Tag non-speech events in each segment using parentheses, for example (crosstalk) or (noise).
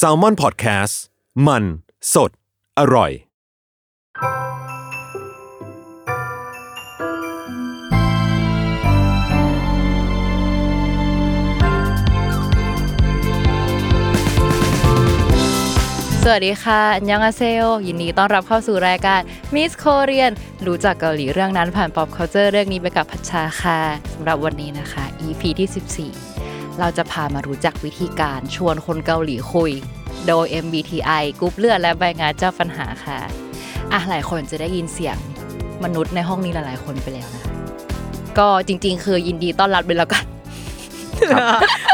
s a l m o n PODCAST มันสดอร่อย สวัสดีค่ะอันยังอาเซโอยินดีต้อนรับเข้าสู่รายการ Miss Korean รู้จักเกาหลีเรื่องนั้นผ่าน pop culture เรื่องนี้ไปกับพัชชาค่ะสำหรับวันนี้นะคะ EP ที่ 14 เราจะพามารู้จักวิธีการชวนคนเกาหลีคุย โดย MBTI กรุ๊ปเลือดและใบงานเจ้าปัญหาค่ะ อ่ะ หลายคนจะได้ยินเสียงมนุษย์ในห้องนี้หลายๆ คนไปแล้วนะคะก็จริงๆ คือยินดีต้อนรับเลยแล้วกัน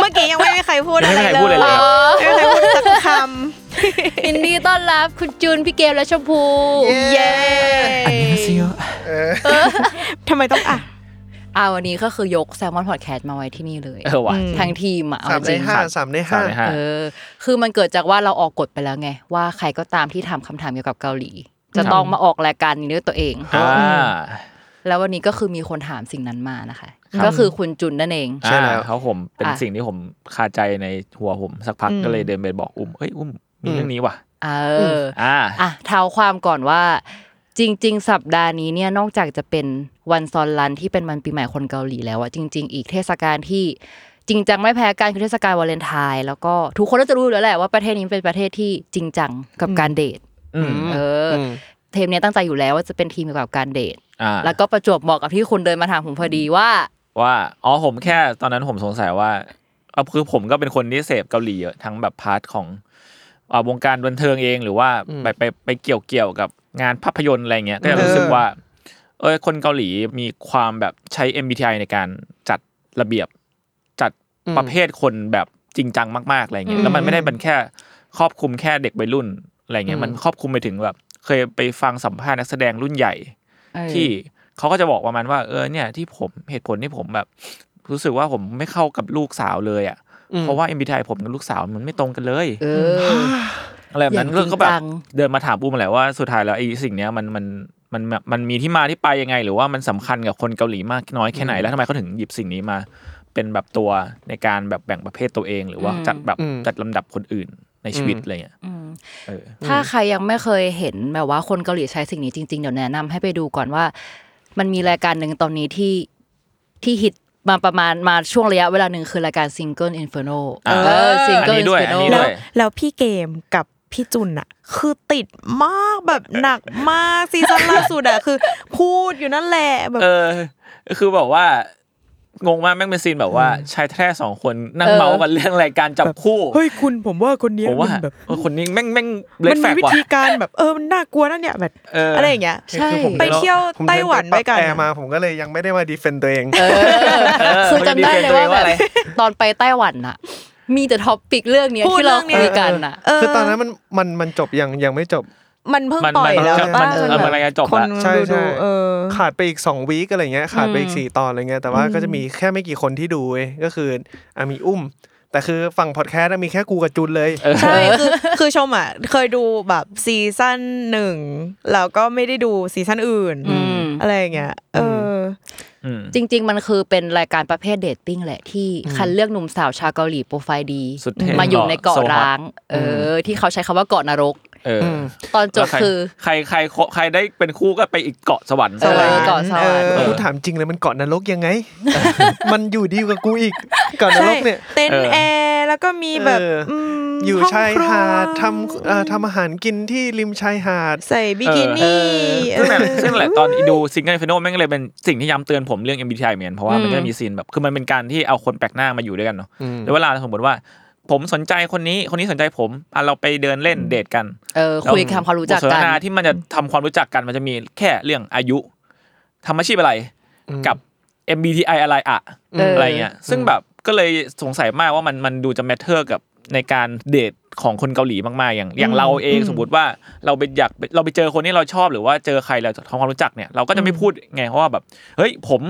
เมื่อกี้ยังไม่มีใครพูด ยัง อะไร ไม่มี เลย ใครพูไม่มีใครดอะไรเลยครับพูดสักค (laughs) ยินดีต้อนรับคุณจูนพี่เกมและชมพู ำ เย้ทำไมต้องอ่ะ อ่าวันนี้ก็คือยกแซลมอนพอดแคสต์มาไว้ที่นี่เลย เออว่ะ ทั้งทีมอะเอา สาม จ ใน ริง ห้าสามในห้า สามในห้า เออ คือมันเกิดจากว่าเราออกกฎไปแล้วไง ว่าใครก็ตามที่ทำคำถามเกี่ยวกับเกาหลี จะต้องมาออกรายการนี้ด้วยตัวเอง อ่า แล้ววันนี้ก็คือมีคนถามสิ่งนั้นมานะคะ ครับ ก็คือคุณจุนนั่นเอง ใช่แล้ว อ่าเขาผมเป็น อ่ะ สิ่งที่ผมคาใจในหัวผมสักพัก อืม ก็เลยเดินไปบอกอุ้มเฮ้ยอุ้มมีเรื่องนี้ว่ะ เอออ อ่า อ่ะเท้าความก่อนว่า จริง ๆ สัปดาห์นี้เนี่ยนอกจากจะเป็นวันซอนลันที่เป็นวันปีใหม่คนเกาหลีแล้วอะจริง ๆ อีกเทศกาลที่จริงจังไม่แพ้กันคือเทศกาลวาเลนไทน์แล้วก็ทุกคนก็จะรู้อยู่แล้วแหละว่าประเทศนี้เป็นประเทศที่จริงจังกับการเดท อืม เอออเทมเนี้ยตั้งใจอยู่แล้วว่าจะเป็นทีมเกี่ยวกับการเดท อ่า แล้วก็ประจวบเหมาะกับที่คุณเดินมาถามผมพอดีว่า ว่าอ๋อผมแค่ตอนนั้นผมสงสัยว่าเอาคือผมก็เป็นคนที่เสพเกาหลีเยอะทั้งแบบพาร์ทของอ่าวงการบันเทิงเองหรือว่าไปไปไปเกี่ยวเกี่ยวกับงานภาพยนตร์อะไรเงี้ยก็จะรู้สึกว่า เออคนเกาหลีมีความแบบใช้ MBTI ในการจัดระเบียบ จัดประเภทคนแบบจริงจังมากๆอะไรเงี้ยแล้วมันไม่ได้เป็นแค่ครอบคลุมแค่เด็กวัยรุ่นอะไรเงี้ยมันครอบคลุมไปถึงแบบ เคยไปฟังสัมภาษณ์นักแสดงรุ่นใหญ่ ที่เขาก็จะบอกประมาณว่า เออเนี่ยที่ผมเหตุผลที่ผมแบบ รู้สึกว่าผมไม่เข้ากับลูกสาวเลยอ่ะเพราะว่า MBTI ผมกับลูกสาวมันไม่ตรงกันเลย เออ อะไรแบบนั้อนย่างจริง ก็แบ จั บ ง เดินมาถามปูมแหละว่าสุดท้ายแล้วไอ้สิ่งเนี้ยมันมันมันมันมีที่มาที่ไปยังไง หรือว่ามันสำคัญกับคนเกาหลีมากน้อยแค่ไหนแล้วทำไมเขาถึงหยิบสิ่งนี้มา เป็นแบบตัวในการแบบแบ่งประเภทตัวเอง หรือว่าจัดแบบจัดลำดับคนอื่นในชีวิตอะไรเงี้ยเออ ถ้าใครยังไม่เคยเห็นแบบว่าคนเกาหลีใช้สิ่งนี้จริงๆ เดี๋ยวแนะนำให้ไปดูก่อนว่า มันมีรายการหนึ่งตอนนี้ที่ที่ฮิตมาประมาณมาช่วงระยะเวลาหนึ่งคือรายการ Single Inferno อ่า เออ อัน Single นี้ด้วยอัน Inferno นี้ แล้ว ด้วย แล้วพี่เกมกับพี่จุนอะคือติดมากแบบหนักมากซีซั่นล่าสุดอะคือ พูดอยู่นั่นแหละแบบ เออ คือแบบว่า งงมากแม่งเป็นซีนแบบว่าชายแท้สองคนนั่ง เออ เมาส์กันเรื่องรายการจับคู่ เฮ้ยคุณผมว่าคนเนี้ย ผมว่า มันแบบ เออคนนี้แม่งแม่งเล มั ด น แฟ มี ก วิ ว่ะ ธีการแบบเออมันน่ากลัวนั่นเนี่ยแบบ เอออ อะไรอย่างเงี้ย ใช่ คือผม ไปเที่ยว ผม ไต้หวัน ปรับ ด้วยกัน แอร์มาผมก็เลยยังไม่ได้มาดีเฟนต์ตัวเอง เออคือจำได้เลยว่าแบบ อะไร ตอนไปไต้หวันน่ะ มีแต่ท็อปปิกเรื่องเนี้ย พูด ที่เรา เรื่องเนี้ย คุยกันน่ะ เออ คือตอนนั้นมันมันมันจบยังยังไม่จบ มันเพิ่ง มัน ปล่อย มัน แล้ว จะ ป่ะ มันเออ แบบ มันรายการจบ คน ละ ใช่ ดู ใช่ ดูเออ ขาดไปอีกสองวีคอะไรเงี้ยขาดไปอีกสี่ตอนอะไรเงี้ยแต่ว่าก็จะมีแค่ไม่กี่คนที่ดูเว้ยก็คืออ่ะมีอุ้ม แต่คือฝั่งพอดแคสต์อะมีแค่กูกับจุนเลย ใช่คือคือชมอ่ะเคยดูแบบซีซั่นหนึ่งแล้วก็ไม่ได้ดูซีซั่นอื่น อืม อะไรอย่างเงี้ยเออ อืม จริง ๆ มันคือเป็นรายการประเภทเดทติ้งแหละที่คัดเลือกหนุ่มสาวชาวเกาหลีโปรไฟล์ดี สุดเท่ มาอยู่ในเกาะ โซฮอต ร้าง เออ ที่เขาใช้คำว่าเกาะนรก เอออ ตอนจบคือ ใครใครใครใครได้เป็นคู่ก็ไปอีกเกาะสวรรค์ เอ ซะเลย อเกาะสวรรค์ กูถามจริงเลยมันเกาะนรก (laughs) ยังไง มันอยู่ดีกว่ากูอีกเกาะน ใช่ รกเนี่ย เต็นท์ เออ แอร์แล้วก็มีแบบ เอออื ม อยู่ ห้ง ชาย ครัว หาดทำเอ่อทำอาหารกินที่ริมชายหาด ใส่บิกินี่ ซึ่งแบบซึ่งแหละตอนดูซิงเกิลฟิโนแม่งเลยเป็นสิ่งที่ย้ำเตือนผมเรื่อง MBTI เหมือนกันเพราะว่ามันก็จะมีซีนแบบคือมันเป็นการที่เอาคนแปลกหน้ามาอยู่ด้วยกันเนาะแล้วเวลาสมมติว่า ผมสนใจคนนี้คนนี้สนใจผมอ่ะเราไปเดินเล่นเดทกัน เออคุยทำความรู้จัก บทสน กั ท น นาที่มันจะทำความรู้จักกันมันจะมีแค่เรื่องอายุทำอาชีพอะไรกับ MBTI อะไรอะ เอออ อะไรเงี้ยซึ่งแบบก็เลยสงสัยมากว่ามันมันดูจะแมทเทอร์กับ ในการเดทของคนเกาหลีมากๆอย่างอย่างเราเอง อืม สมมติว่าเราไปอยากเราไปเจอคนที่เราชอบหรือว่าเจอใครเราทำความรู้จักเนี่ยเราก็จะไม่พูดไงเพราะว่าแบบเฮ้ยผม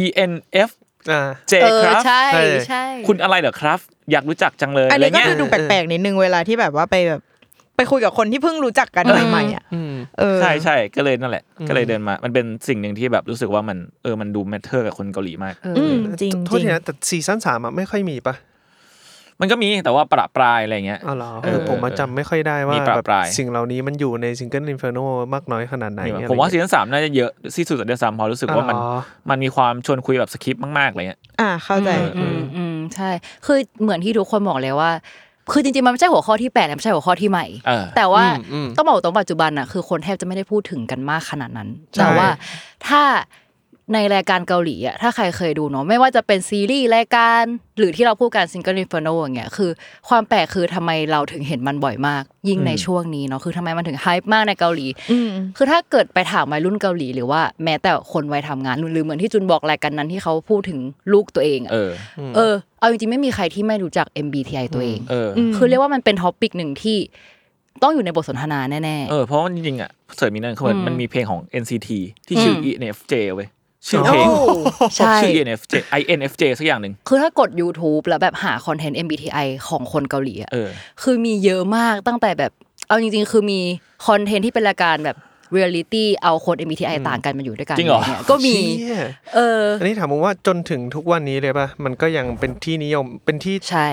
E N F อ่า J เออ ครับ ใช่ ใช่ ใช่ คุณอะไรเหรอครับ อยากรู้จักจังเลย อัน อะไร นี้ก็ เงี้ย คือดูแปลกๆนิดนึงเวลาที่แบบว่าไปแบบไปคุยกับคนที่เพิ่งรู้จักกัน อืม ใหม่ๆอ่ะ อืม เออ ใช่ใช่ก็เลยนั่นแหละ อืม ก็เลยเดินมา มันเป็นสิ่งหนึ่งที่แบบรู้สึกว่ามันเออมันดูแมทเทอร์กับคนเกาหลีมาก เออ อืมจริง โท จ ษ ริง ทีนะแต่ซีซั่นสามอะไม่ค่อยมีปะ มันก็มีแต่ว่าประปรายอะไรเงี้ย อ๋อเหรอ เอ เอ อ อผมมาจำไม่ค่อยได้ว่า ปรับ แบบ ปลาย สิ่งเหล่านี้มันอยู่ในซิงเกิล i ิ f เฟอร์โนมากน้อยขนาดไหนอะไร ผมว่าซี เงี้ย ซั่นสามน่าจะเยอะที่สุดแต่เดือนสามพอรู้สึกว่ามัน อ๋อ มันมีความชวนคุยแบบสคริปต์มากๆเลยอะ อ่าเข้าใจ อืมอืมอืมใช่ คือเหมือนที่ทุกคนบอกเลยว่า คือจริงๆมันไม่ใช่หัวข้อที่แปลกและไม่ใช่หัวข้อที่ใหม่ เออ แต่ว่า อืมอืม ต้องบอกตรงปัจจุบันอะคือคนแทบจะไม่ได้พูดถึงกันมากขนาดนั้น ใช่ แต่ว่าถ้าในรายการเกาหลีอะถ้าใครเคยดูเนาะไม่ว่าจะเป็นซีรีส์รายการหรือที่เราพูดกันซิงเกิลอินฟ r นโนอย่างเงี้ยคือความแปลกคือทำไมเราถึงเห็นมันบ่อยมาก ยิ่งในช่วงนี้เนาะคือทำไมมันถึงไฮป์มากในเกาหลี อืม คือถ้าเกิดไปถามวัยรุ่นเกาหลี หรือว่าแม้แต่คนวัยทำงานหรือเหมือนที่จุนบอกรายการนั้นที่เขาพูดถึงลูกตัวเองอะ เออ เออเอาจริงๆไม่มีใครที่ไม่รู้จัก MBTI ตัวเอง เออ ม คือเรียกว่ามันเป็นท็อปิกหนึ่งที่ต้องอยู่ในบทสนทนาแน่ เออ เพราะว่าจริงๆอ่ะเสริมมีนั่นคือมัน อืม มันมีเพลงของ NCT ที่ชื่อ อืม ENFJ เว้ย ชื่อเพลง ๆ ใช่ ชื่อ ENFJ INFJ สักอย่างหนึ่ง คือถ้ากด YouTube แล้วแบบหาคอนเทนต์ MBTI ของคนเกาหลีอะ เออ คือมีเยอะมากตั้งแต่แบบ เอาจริง ๆ คือมีคอนเทนต์ที่เป็นรายการแบบเรียลิตี้เอาคน MBTI ต่างกันมาอยู่ด้วยกันะ จริงเหรอ ไยก็มี เชี่ย เออ อันนี้ถามผมว่าจนถึงทุกวันนี้เลยป่ะ มันก็ยังเป็นที่นิยมเป็นที่ ใช่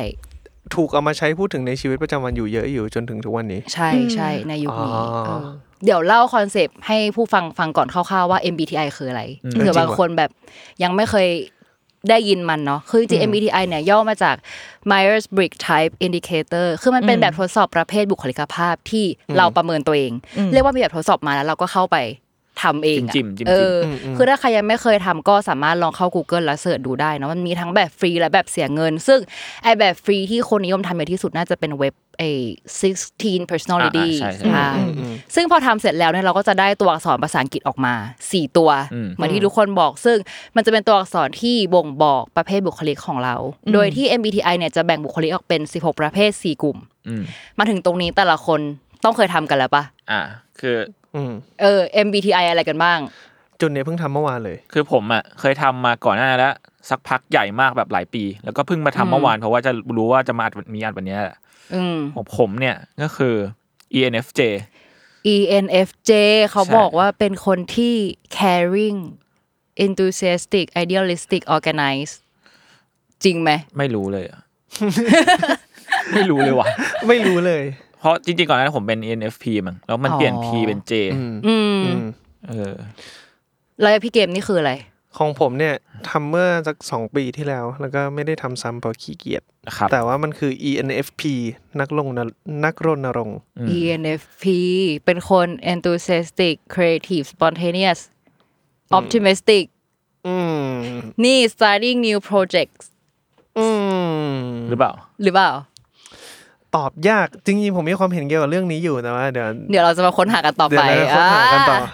ถูกเอามาใช้พูดถึงในชีวิตประจำวันอยู่เยอะอยู่จนถึงทุกวันนี้ ใช่ใช่ในยุคนี้ อ๋อ เออเดี๋ยวเล่าคอนเซปต์ให้ผู้ฟังฟังก่อนคร่าวๆว่า MBTI คืออะไรเผื่อบางคนแบบยังไม่เคยได้ยินมันเนาะคือจริงๆ MBTI เนี่ยย่อมาจาก Myers Briggs Type Indicator คือมันเป็นแบบทดสอบประเภทบุคลิกภาพที่เราประเมินตัวเอง เรียกว่ามีแบบทดสอบมาแล้วเราก็เข้าไปทำเองอะ จิ้มๆจิ้มๆ เอออ มอืม คือถ้าใครยังไม่เคยทำก็สามารถลองเข้า Google แล้วเสิร์ชดูได้เนอะมันมีทั้งแบบฟรีและแบบเสียเงิน ซึ่งไอแบบฟรีที่คนนิยมทำเยอะที่สุดน่าจะเป็นเว็บไอ16 personality อ่าใช่ใช่ อ่าซึ่งพอทำเสร็จแล้วเนี่ยเราก็จะได้ตัวอักษรภาษาอังกฤษออกมา 4 ตัว อืม เหมือนที่ทุกคนบอก ซึ่งมันจะเป็นตัวอักษรที่บ่งบอกประเภทบุคลิกของเรา โดยที่ MBTI เนี่ยจะแบ่งบุคลิกออกเป็น 16 ประเภท 4 กลุ่ม อืม มาถึงตรงนี้แต่ละคนต้องเคยทำกันแล้วปะ อ่า คือ อืม เออ MBTI อะไรกันบ้าง จุนเนี่ยเพิ่งทำเมื่อวานเลย คือผมอ่ะเคยทำมาก่อนหน้านั้นแล้ว สักพักใหญ่มากแบบหลายปี แล้วก็เพิ่งมาทำเมื่อวานเพราะว่าจะรู้ว่าจะมาอัดวันมีอัดวันเนี้ยแหละ อืม ของผมเนี่ยก็คือ ENFJ ENFJ เขา ใช่ บอกว่าเป็นคนที่ caring enthusiastic idealistic organized จริงไหม ไม่รู้เลยอะ ไม่รู้เลยว่ะ ไม่รู้เลย เพราะจริงๆก่อนหนานั้นผมเป็น ENFP มั้งแล้วมันเปลี่ยน P เป็น J อืม อืม อืม เออ แล้วพี่เกมนี่คืออะไร ของผมเนี่ยทำเมื่อสักสองปีที่แล้ว แล้วก็ไม่ได้ทำซ้ำเพราะขี้เกียจ ครับ แต่ว่ามันคือ ENFP นักลงนนักรณรงค์ อืม ENFP เป็นคน enthusiastic creative spontaneous optimistic อืม นี่ starting new projects อืม หรือเปล่า หรือเปล่า ตอบยากจริงๆผมมีความเห็นเกี่ยวกับเรื่องนี้อยู่แต่ว่าเดี๋ยว เดี๋ยวเราจะมาค้นหากันต่อ เดี๋ ไป ยวเราจะค้นหากันต่อ ะ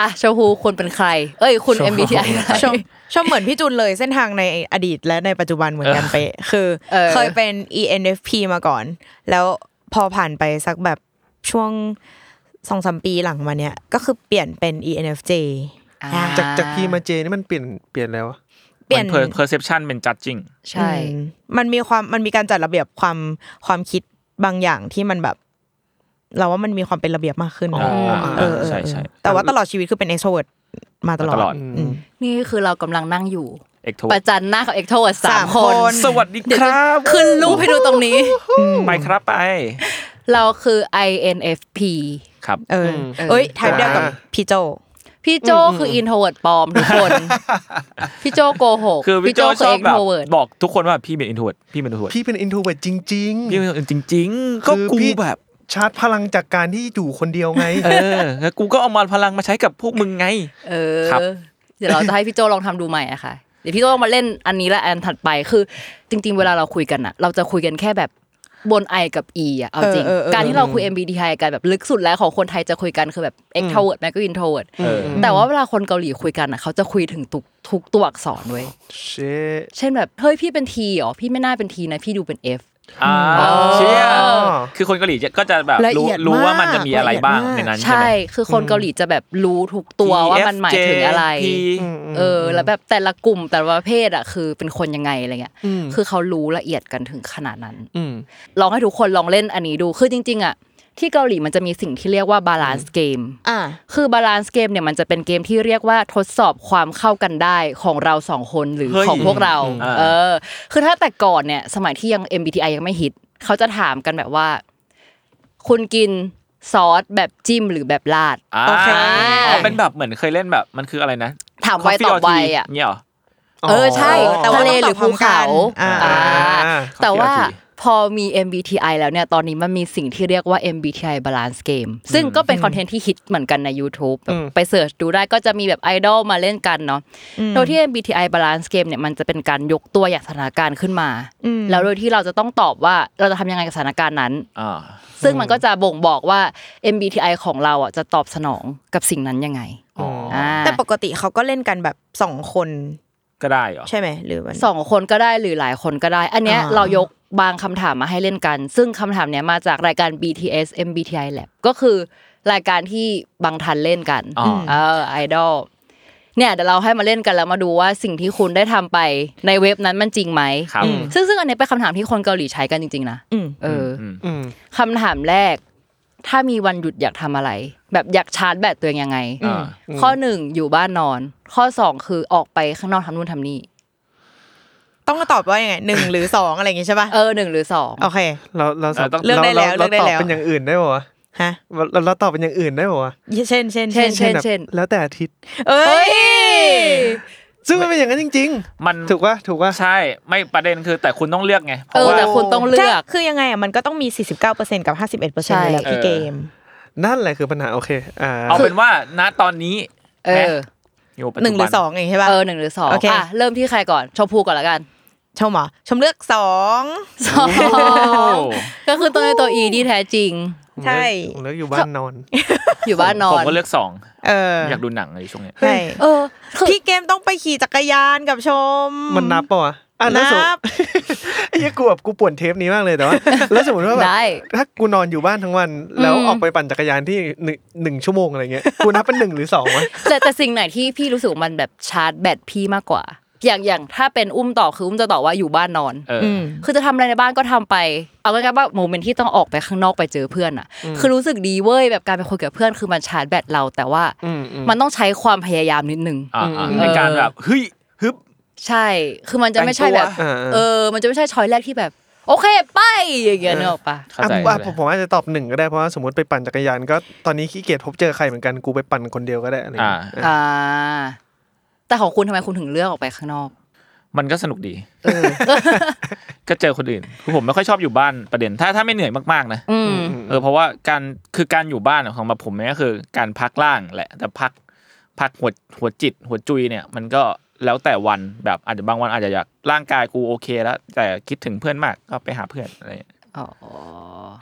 อ่ะชมพูคุณเป็นใคร เอ้ย คุณ ชมพู MBTI อะไร ชอบชอบเหมือนพี่จุนเลยเส้นทางในอดีตและในปัจจุบันเหมือนกันเป๊ะคือ เออ เคยเป็น ENFP มาก่อน แล้วพอผ่านไปสักแบบช่วงสองสามปีหลังมาเนี้ยก็คือเปลี่ยนเป็น ENFJ อ่า จากจากพีมาเจนี่มันเปลี่ยนเปลี่ยนแล้วอะ เปลี่ยน มัน per- perception เป็น judging ใช่ อืมมันมีความมันมีการจัดระเบียบความความคิดบางอย่างที่มันแบบ เราว่ามันมีความเป็นระเบียบมากขึ้น อ๋ออ่า เออเออ ใช่ใช่ แต่ว่าตลอดชีวิตคือเป็น extrovert มาตลอด ตลอด อืม อืม นี่คือเรากำลังนั่งอยู่ เอกโท ประจันหน้ากับเอ็กโทรสาม สาม ค คน น สวัสดีครับ ขึ้นรูปให้ดูตรงนี้ ไปครับไป เราคือ INFP ครับ เออ ม เอ้ยทายเดียวกับ อ่า พี่โจ พี่โจคืออินโทรเวิร์ดปลอมทุก (laughs) คน พี่โจโกหก คือพี่โจช คือ อบ เอ็ก แบ โท บ รเวิร์ด บอกทุกคนว่าพี่เป็น introvert พี่เป็น introvert พี่เป็นอินทูเวิร์จริง พี่เป็น introvert จริง ๆ ก็ คือ กู พี่ แบบ ๆ ชาร์จพลังจากการที่อยู่คนเดียวไง เออแล้วกูก็เอามาพลังมาใช้กับพวกมึงไง เอ ครั อบ เดี๋ยวเราจะให้พี่โจลองทำดูใหม่นะคะเดี๋ยวพี่โจต้องมาเล่นอันนี้และอันถัดไปคือ จริง ๆ เวลาเราคุยกันอะเราจะคุยกันแค่แบบบน I กับ E อะเอาจริง เออเออเออ การที่เราคุย MBTI กันแบบลึกสุดแล้วของคนไทยจะคุยกันคือแบบ extrovert แม้ก็ introvert เออ แต่ว่าเวลาคนเกาหลีคุยกันอะเขาจะคุยถึงทุกทุกตัวอักษรเว้ย เช เช่นแบบเฮ้ยพี่เป็นทีเหรอพี่ไม่น่าเป็นทีนะพี่ดูเป็น F อ่า อ๋อ เชี่ยคือคนเกาหลีจะก็จะแบบ ละ รู้ เอียดมาก รู้ว่ามันจะมีอะไรบ้าง ละเอียดมาก ในนั้นใช่ ใช่ ไหม คือคนเกาหลีจะแบบรู้ทุกตัวว่ามันหมายถึงอะไร TFJP เออ แล้วแบบแต่ละกลุ่มแต่ละประเภทอ่ะคือเป็นคนยังไงอะไรเงี้ย ม คือเขารู้ละเอียดกันถึงขนาดนั้น อืม ลองให้ทุกคนลองเล่นอันนี้ดูคือจริง ๆอ่ะที่เกาหลีมันจะมีสิ่งที่เรียกว่าบาลานซ์เกม อ่า คือบาลานซ์เกมเนี่ยมันจะเป็นเกมที่เรียกว่าทดสอบความเข้ากันได้ของเราสองคนหรือ เฮ้ย ของพวกเรา อ่า เออ คือถ้าแต่ก่อนเนี่ย สมัยที่ยัง MBTI ยังไม่ฮิต เขาจะถามกันแบบว่า คุณกินซอสแบบจิ้มหรือแบบราด อ่า โอเค อ๋อเป็นแบบเหมือนเคยเล่นแบบมันคืออะไรนะ ถามไว Coffee ตอบ or ไว tea อ่ะ เนี่ยเหรอ เออใช่ แต่ว่า ทะเล เล ห ห รื รือ อ ภู ภู เขา เขา อ่า อ่า อ่า แต่ว่า Coffee or tea พอมี MBTI แล้วเนี่ย ตอนนี้มันมีสิ่งที่เรียกว่า MBTI Balance Game ซึ่งก็เป็นคอนเทนต์ที่ฮิตเหมือนกันใน YouTube แบบไปเสิร์ชดูได้ก็จะมีแบบไอดอลมาเล่นกันเนาะ โดยที่ MBTI Balance Game เนี่ยมันจะเป็นการยกตัวอย่างสถานการณ์ขึ้นมา แล้วโดยที่เราจะต้องตอบว่าเราจะทำยังไงกับสถานการณ์นั้น อ่า ซึ่งมันก็จะบ่งบอกว่า MBTI ของเราอ่ะจะตอบสนองกับสิ่งนั้นยังไง อ๋ออ่ า แต่ปกติเขาก็เล่นกันแบบสองคน ก็ได้เหรอ ใช่ไหมหรือมัน สองคนก็ได้หรือหลายคนก็ได้ อันเนี้ย อ่า เรายกบางคำถามมาให้เล่นกัน ซึ่งคำถามเนี้ยมาจากรายการ BTS MBTI Lab ก็คือรายการที่บางทันเล่นกัน อ๋อ เออไอดอลเนี่ยเดี๋ยวเราให้มาเล่นกันแล้วมาดูว่าสิ่งที่คุณได้ทำไปในเว็บนั้นมันจริงไหม ครับ อืมซึ่งซึ่งอันเนี้ยเป็นคำถามที่คนเกาหลีใช้กันจริงๆนะ อืม เอออ ม อืม คำถามแรก ถ้ามีวันหยุดอยากทำอะไร แบบอยากชาร์จแบตตัวเองยังไง อ่า ข้อหนึ่งอยู่บ้านนอน ข้อสองคือออกไปข้างนอกทำนู่นทำนี่ ต้องตอบว่ายังไงหนึ่งหรือสองอะไรอย่างงี้ใช่ป่ะ เออหนึ่งหรือสอง โอเค เราเราสา เราต้อง เลือกได้แล้ว เรา เลือกได้ ตอบ แล้ว เป็นอย่างอื่นได้ปะวะ ฮะ เราเราตอบเป็นอย่างอื่นได้ปะวะ เช่นเช่น เช่น แบบ เช่น แล้วแต่อาทิตย์ เอ้ย ซึ่งมันเป็นอย่างนั้นจริง มัน ๆ ถูกปะถูกปะ ใช่ไม่ประเด็นคือแต่คุณต้องเลือกไงเพ เอ ราะ อ ว่า แต่คุณต้องเลื ใช่ อก คือยังไงอ่ะมันก็ต้องมี 49%กับ 51%อยู่แล้ว ใช่ พี่เกม นั่นแหละคือปัญหาโอเคอ่า เอาเป็นว่าณตอนนี้ เออ อยู่ปัจจุบั หนึ่งหรือสองเองใช่ป่ะ เออหนึ่งหรือสอง โอเค อ่ะเริ่มที่ใครก่อน ชมพูก่อนละกัน ชมเหรอชมเลือกสอง สอง (laughs) โอ้ ก็คือตัวในตัวอีที่แท้จริง ผม ใช่ เลือกอยู่บ้านนอน อยู่บ้านนอ ผม น ก็เลือกสอง เออ อยากดูหนังเลยช่วงเนี้ย ใช่ เออคือ พี่เกมต้องไปขี่จักรยานกับชม มันนับปะวะอ่ะแล้ว นั สมมติ บ ไอ้เหี้ยกูแบบกูป่วนเทปนี้มากเลยแต่ว่า (laughs) แล้วสมมติว่าแบบ ได้ ถ้ากูนอนอยู่บ้านทั้งวัน แล้วออกไปปั่นจักรยานที่หนึ่งหนึ่งชั่วโมงอะไรเงี้ยกูนับเป็นหนึ่งหรือสอง (laughs) วะ แต่แต่สิ่งไหนที่พี่รู้สึกว่ามันแบบชาร์จแบตพี่มากกว่า อย่างอย่างถ้าเป็นอุ้มต่อคืออุ้มจะตอบว่าอยู่บ้านนอน เออ อืม คือจะทำอะไรในบ้านก็ทำไป เอาง่ายๆว่าโมเมนต์ที่ต้องออกไปข้างนอกไปเจอเพื่อนอ่ะ คือรู้สึกดีเว้ยแบบการไปคุยกับเพื่อนคือมันชาร์จแบตเรา แต่ว่า อืมอืม มันต้องใช้ความพยายามนิดนึง อ่าอ่า อืม ในการแบบเฮ้ยฮึบ ใช่ คือมันจะไม่ใช่แบบ แต่งตัว อ่าๆ เออ มันจะไม่ใช่ช้อยแรกที่แบบ โอเค ไป อย่างเงี้ย เออ นึกออกปะ เข้าใจ อ่ะผม เข้าใจว่าผมผมอาจจะตอบหนึ่งก็ได้เพราะว่าสมมติไปปั่นจักรยานก็ตอนนี้ขี้เกียจพบเจอใครเหมือนกันกูไปปั่นคนเดียวก็ได้อะไร อ่า เงี้ย อ่า แต่ของคุณทำไมคุณถึงเลือกออกไปข้างนอก มันก็สนุกดี ก็ (laughs) เจอคนอื่นคือผมไม่ค่อยชอบอยู่บ้านประเด็น ถ้าถ้าไม่เหนื่อยมากๆนะ อืม เออเพราะว่าการคือการอยู่บ้านของมาผมเนี่ยก็คือการพักล่างแหละ แต่พักพักหัวหัวจิตหัวจุยเนี่ย มันก็แล้วแต่วันแบบอาจจะบางวันอาจจะอยากร่างกายกูโอเคแล้ว แต่คิดถึงเพื่อนมากก็ไปหาเพื่อนอะไรอย่างเงี้ย อ๋อ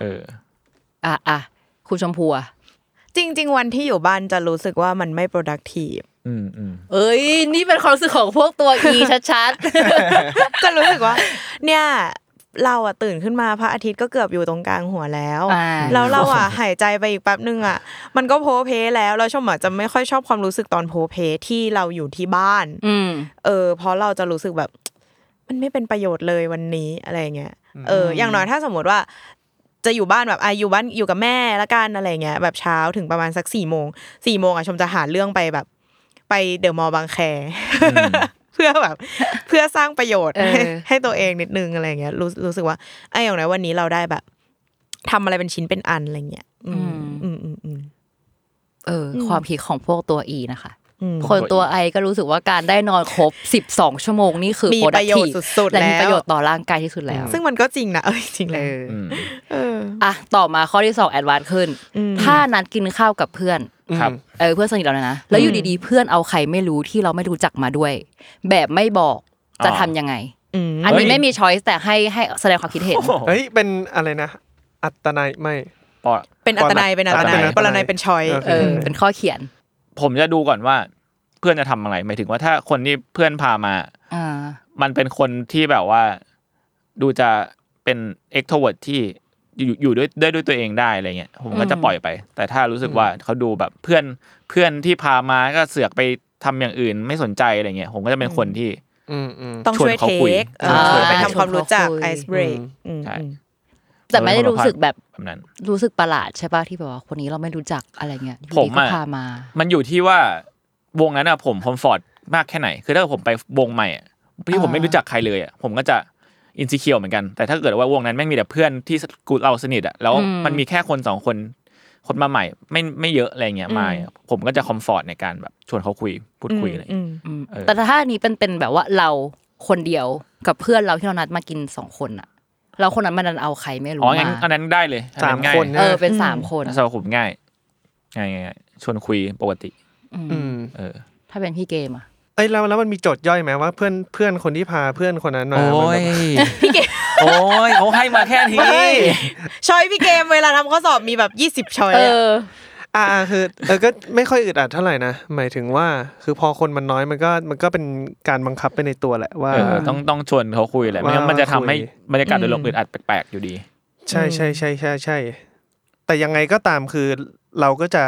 เออ อ่ะอ่ะคุณชมพูอะ จริง ๆ วันที่อยู่บ้านจะรู้สึกว่ามันไม่ productive อืมอืม เอ้ย นี่เป็นความรู้สึกของพวกตัว (laughs) อี ชัด จะรู้สึกว่า (laughs) เนี่ย เราอะตื่นขึ้นมาพระอาทิตย์ก็เกือบอยู่ตรงกลางหัวแล้ว ๆอ่า แล้วเราอ่ะ หายใจไปอีกแป๊บนึงอ่ะ มันก็โพเพแล้วเราชมอาจจะไม่ค่อยชอบความรู้สึกตอนโพเพที่เราอยู่ที่บ้าน อืม เออเพราะเราจะรู้สึกแบบ มันไม่เป็นประโยชน์เลยวันนี้อะไรเงี้ยเอออย่างน้อยถ้าสมมติว่า จะอยู่บ้านแบบอ่ะอยู่บ้านอยู่กับแม่ละกันอะไรเงี้ยแบบเช้าถึงประมาณสักสี่โมงสี่โมงอ่ะชมจะหาเรื่องไปแบบ ไปเดอะมอลล์บางแค เพื่อแบบ (laughs) เพื่อสร้างประโยชน์ เออ ให้ให้ตัวเองนิดนึงอะไรเงี้ยรู้รู้สึกว่าไอ้อย่างไรวันนี้เราได้แบบทำอะไรเป็นชิ้นเป็นอันอะไรเงี้ยอืมอืมอืมอืม เอออ ม ความคิดของพวกตัวอีนะคะ อืม คนตัวไอก็รู้สึกว่าการได้นอนครบ 12 ชั่วโมงนี่คือ มีประโยชน์ productive สุดๆ และมี แล้ว ประโยชน์ต่อร่างกายที่สุดแล้ว ซึ่งมันก็จริงนะเอ (laughs) อจริงเล เอย อ อืม เออ อ่ะต่อมาข้อที่สองแอดวานซ์ขึ้น อืม ถ้านัดกินข้าวกับเพื่อน ครับ เออเพื่อนสนิทเราเนี่ยนะ แล้วอยู่ดีๆ เพื่อนเอาใครไม่รู้ที่เราไม่รู้จักมาด้วย แบบไม่บอกจะ อ่า ทำยังไง อืม อันนี้ เฮ้ย ไม่มีช้อยส์แต่ให้ให้แสดงความคิดเห็น (laughs) โอ้โห เฮ้ยเป็นอะไรนะ อัตนายไม่ ปอด เป็นอัตนายเป็นอัตนาย อัตนาย ปรนัยเป็นชอย โอค เออ เป็นข้อเขียน ผมจะดูก่อนว่าเพื่อนจะทำอะไรหมายถึงว่าถ้าคนที่เพื่อนพามา อ่า มันเป็นคนที่แบบว่าดูจะ เป็นเอ็กโทเวิร์ดที่อยู่อยู่ด้วยได้ด้วยตัวเองได้อะไรเงี้ยผมก็จะปล่อยไป แต่ถ้ารู้สึกว่าเขาดูแบบเพื่อนเพื่อนที่พามาก็เสือกไปทำอย่างอื่นไม่สนใจอะไรเงี้ยผมก็จะเป็นคนที่ อืมอืม ต้องช่วย ชวนเขา เท คุย คเออ ชวน ไป เขาคุย ทำความรู้จัก อืม ไอซ์เบรก ใช่ แต่ไม่ได้รู้สึกแบบ แบบนั้น รู้สึกประหลาดใช่ป่ะที่แบบว่าคนนี้เราไม่รู้จักอะไรเงี้ยอยู่ ผม ดีก็ อะ พามา มันอยู่ที่ว่าวงนั้นอะผมคอมฟอร์ตมากแค่ไหน คือถ้าผมไปวงใหม่อะที่ผม อ่า ไม่รู้จักใครเลยอะผมก็จะอินซิเคียวเหมือนกัน แต่ถ้าเกิดว่าวงนั้นแม่งมีแต่เพื่อนที่กูเราสนิทอะแล้วมันมีแค่คนสองคนคนมาใหม่ไม่ไม่เยอะอะไรเงี้ยมาอะผมก็จะคอมฟอร์ตในการแบบชวนเขาคุยพูดคุยอะไรเงี้ย อืม เออ แต่ถ้าอันนี้เป็นเป็นแบบว่าเราคนเดียวกับเพื่อนเราที่เรานัดมากินสองคนอะเราคนนั้นมันดันเอาใครไม่รู้ อ๋อ มา งั้นอันนั้นได้เลยอั สาม ง่ย คน เอ นะ อเป็นสามคน สำหรับผมง่ายง่ายง่ายชวนคุยปกติ อืม เออ ถ้าเป็นพี่เกมอะ เอ้ยแล้วแล้วมันมีโจทย์ย่อยไหมว่าเพื่อนเพื่อนคนที่พาเพื่อนคนนั้นมา โอ้ มัน ย แบบ โอ้ยเขาให้มาแค่นี้ ชอยพี่เกมเวลาทำข้อสอบมีแบบยี่สิบชอย เออ อ่าอ่าคือเออก็ไม่ค่อยอึดอัดเท่าไหร่นะหมายถึงว่าคือพอคนมันน้อยมันก็มันก็เป็นการบังคับไปในตัวแหละว่า เออต้องต้องชวนเขาคุยแหละไม่งั้น ว่ามั มันจะทำให้ คุย บรรยากาศโดยรวอืมม อึดอัดแปลกๆอยู่ดี ใช่ใช่ใช่ใช่ใช่ แต่ยังไงก็ตามคือเราก็จะ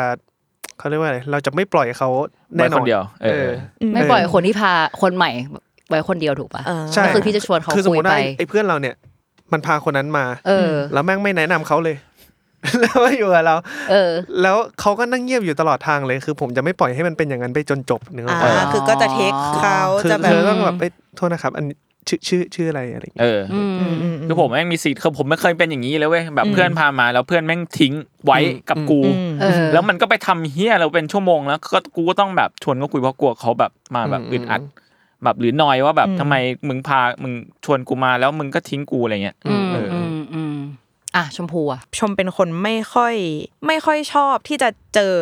เขาเรียกว่าอะไรเราจะไม่ปล่อยเขาแน่น ไว้ค อน นเดียวเออ ไม่ปล่อยคนที่พาคนใหม่ไว้คนเดียวถูกปะ เออ ใช่ ก็คือพี่จะชวนเขา คือสมมติ คุยไป ว่าไอ้เพื่อนเราเนี่ย มันพาคนนั้นมา เออ แล้วแม่งไม่แนะนำเขาเลย (laughs) แล้วมาอยู่กับเรา เออ แล้วเขาก็นั่งเงียบอยู่ตลอดทางเลย คือผมจะไม่ปล่อยให้มันเป็นอย่างนั้นไปจนจบนึกออก อ่า ปะ คือก็จะเทคเขา คือ จะแบ เธ บ อต้องแบบไปโทษนะครับ อันนี้ชื่อชื่อชื่ออะไรอะไรอย่างเงี้ย เอออ อืม คือผมแม่งมีสิทธิ์คือผมไม่เคยเป็นอย่างนี้เลยเว้ยแบบเพื่อนพามาแล้วเพื่อนแม่งทิ้งไว้กับกู เออ แล้วมันก็ไปทำเฮี้ยเราเป็นชั่วโมงแล้วก็กูก็ต้องแบบชวนก็คุยเพราะกลัวเขาแบบมาแบบอึดอัด แบบหรือนอยว่าแบบทำไมมึงพามึงชวนกูมาแล้วมึงก็ทิ้งกูอะไรเงี้ย อืม เอออ อืมอืมอ่ะชมพูอะ ชมเป็นคนไม่ค่อย ไม่ค่อยชอบที่จะเจอ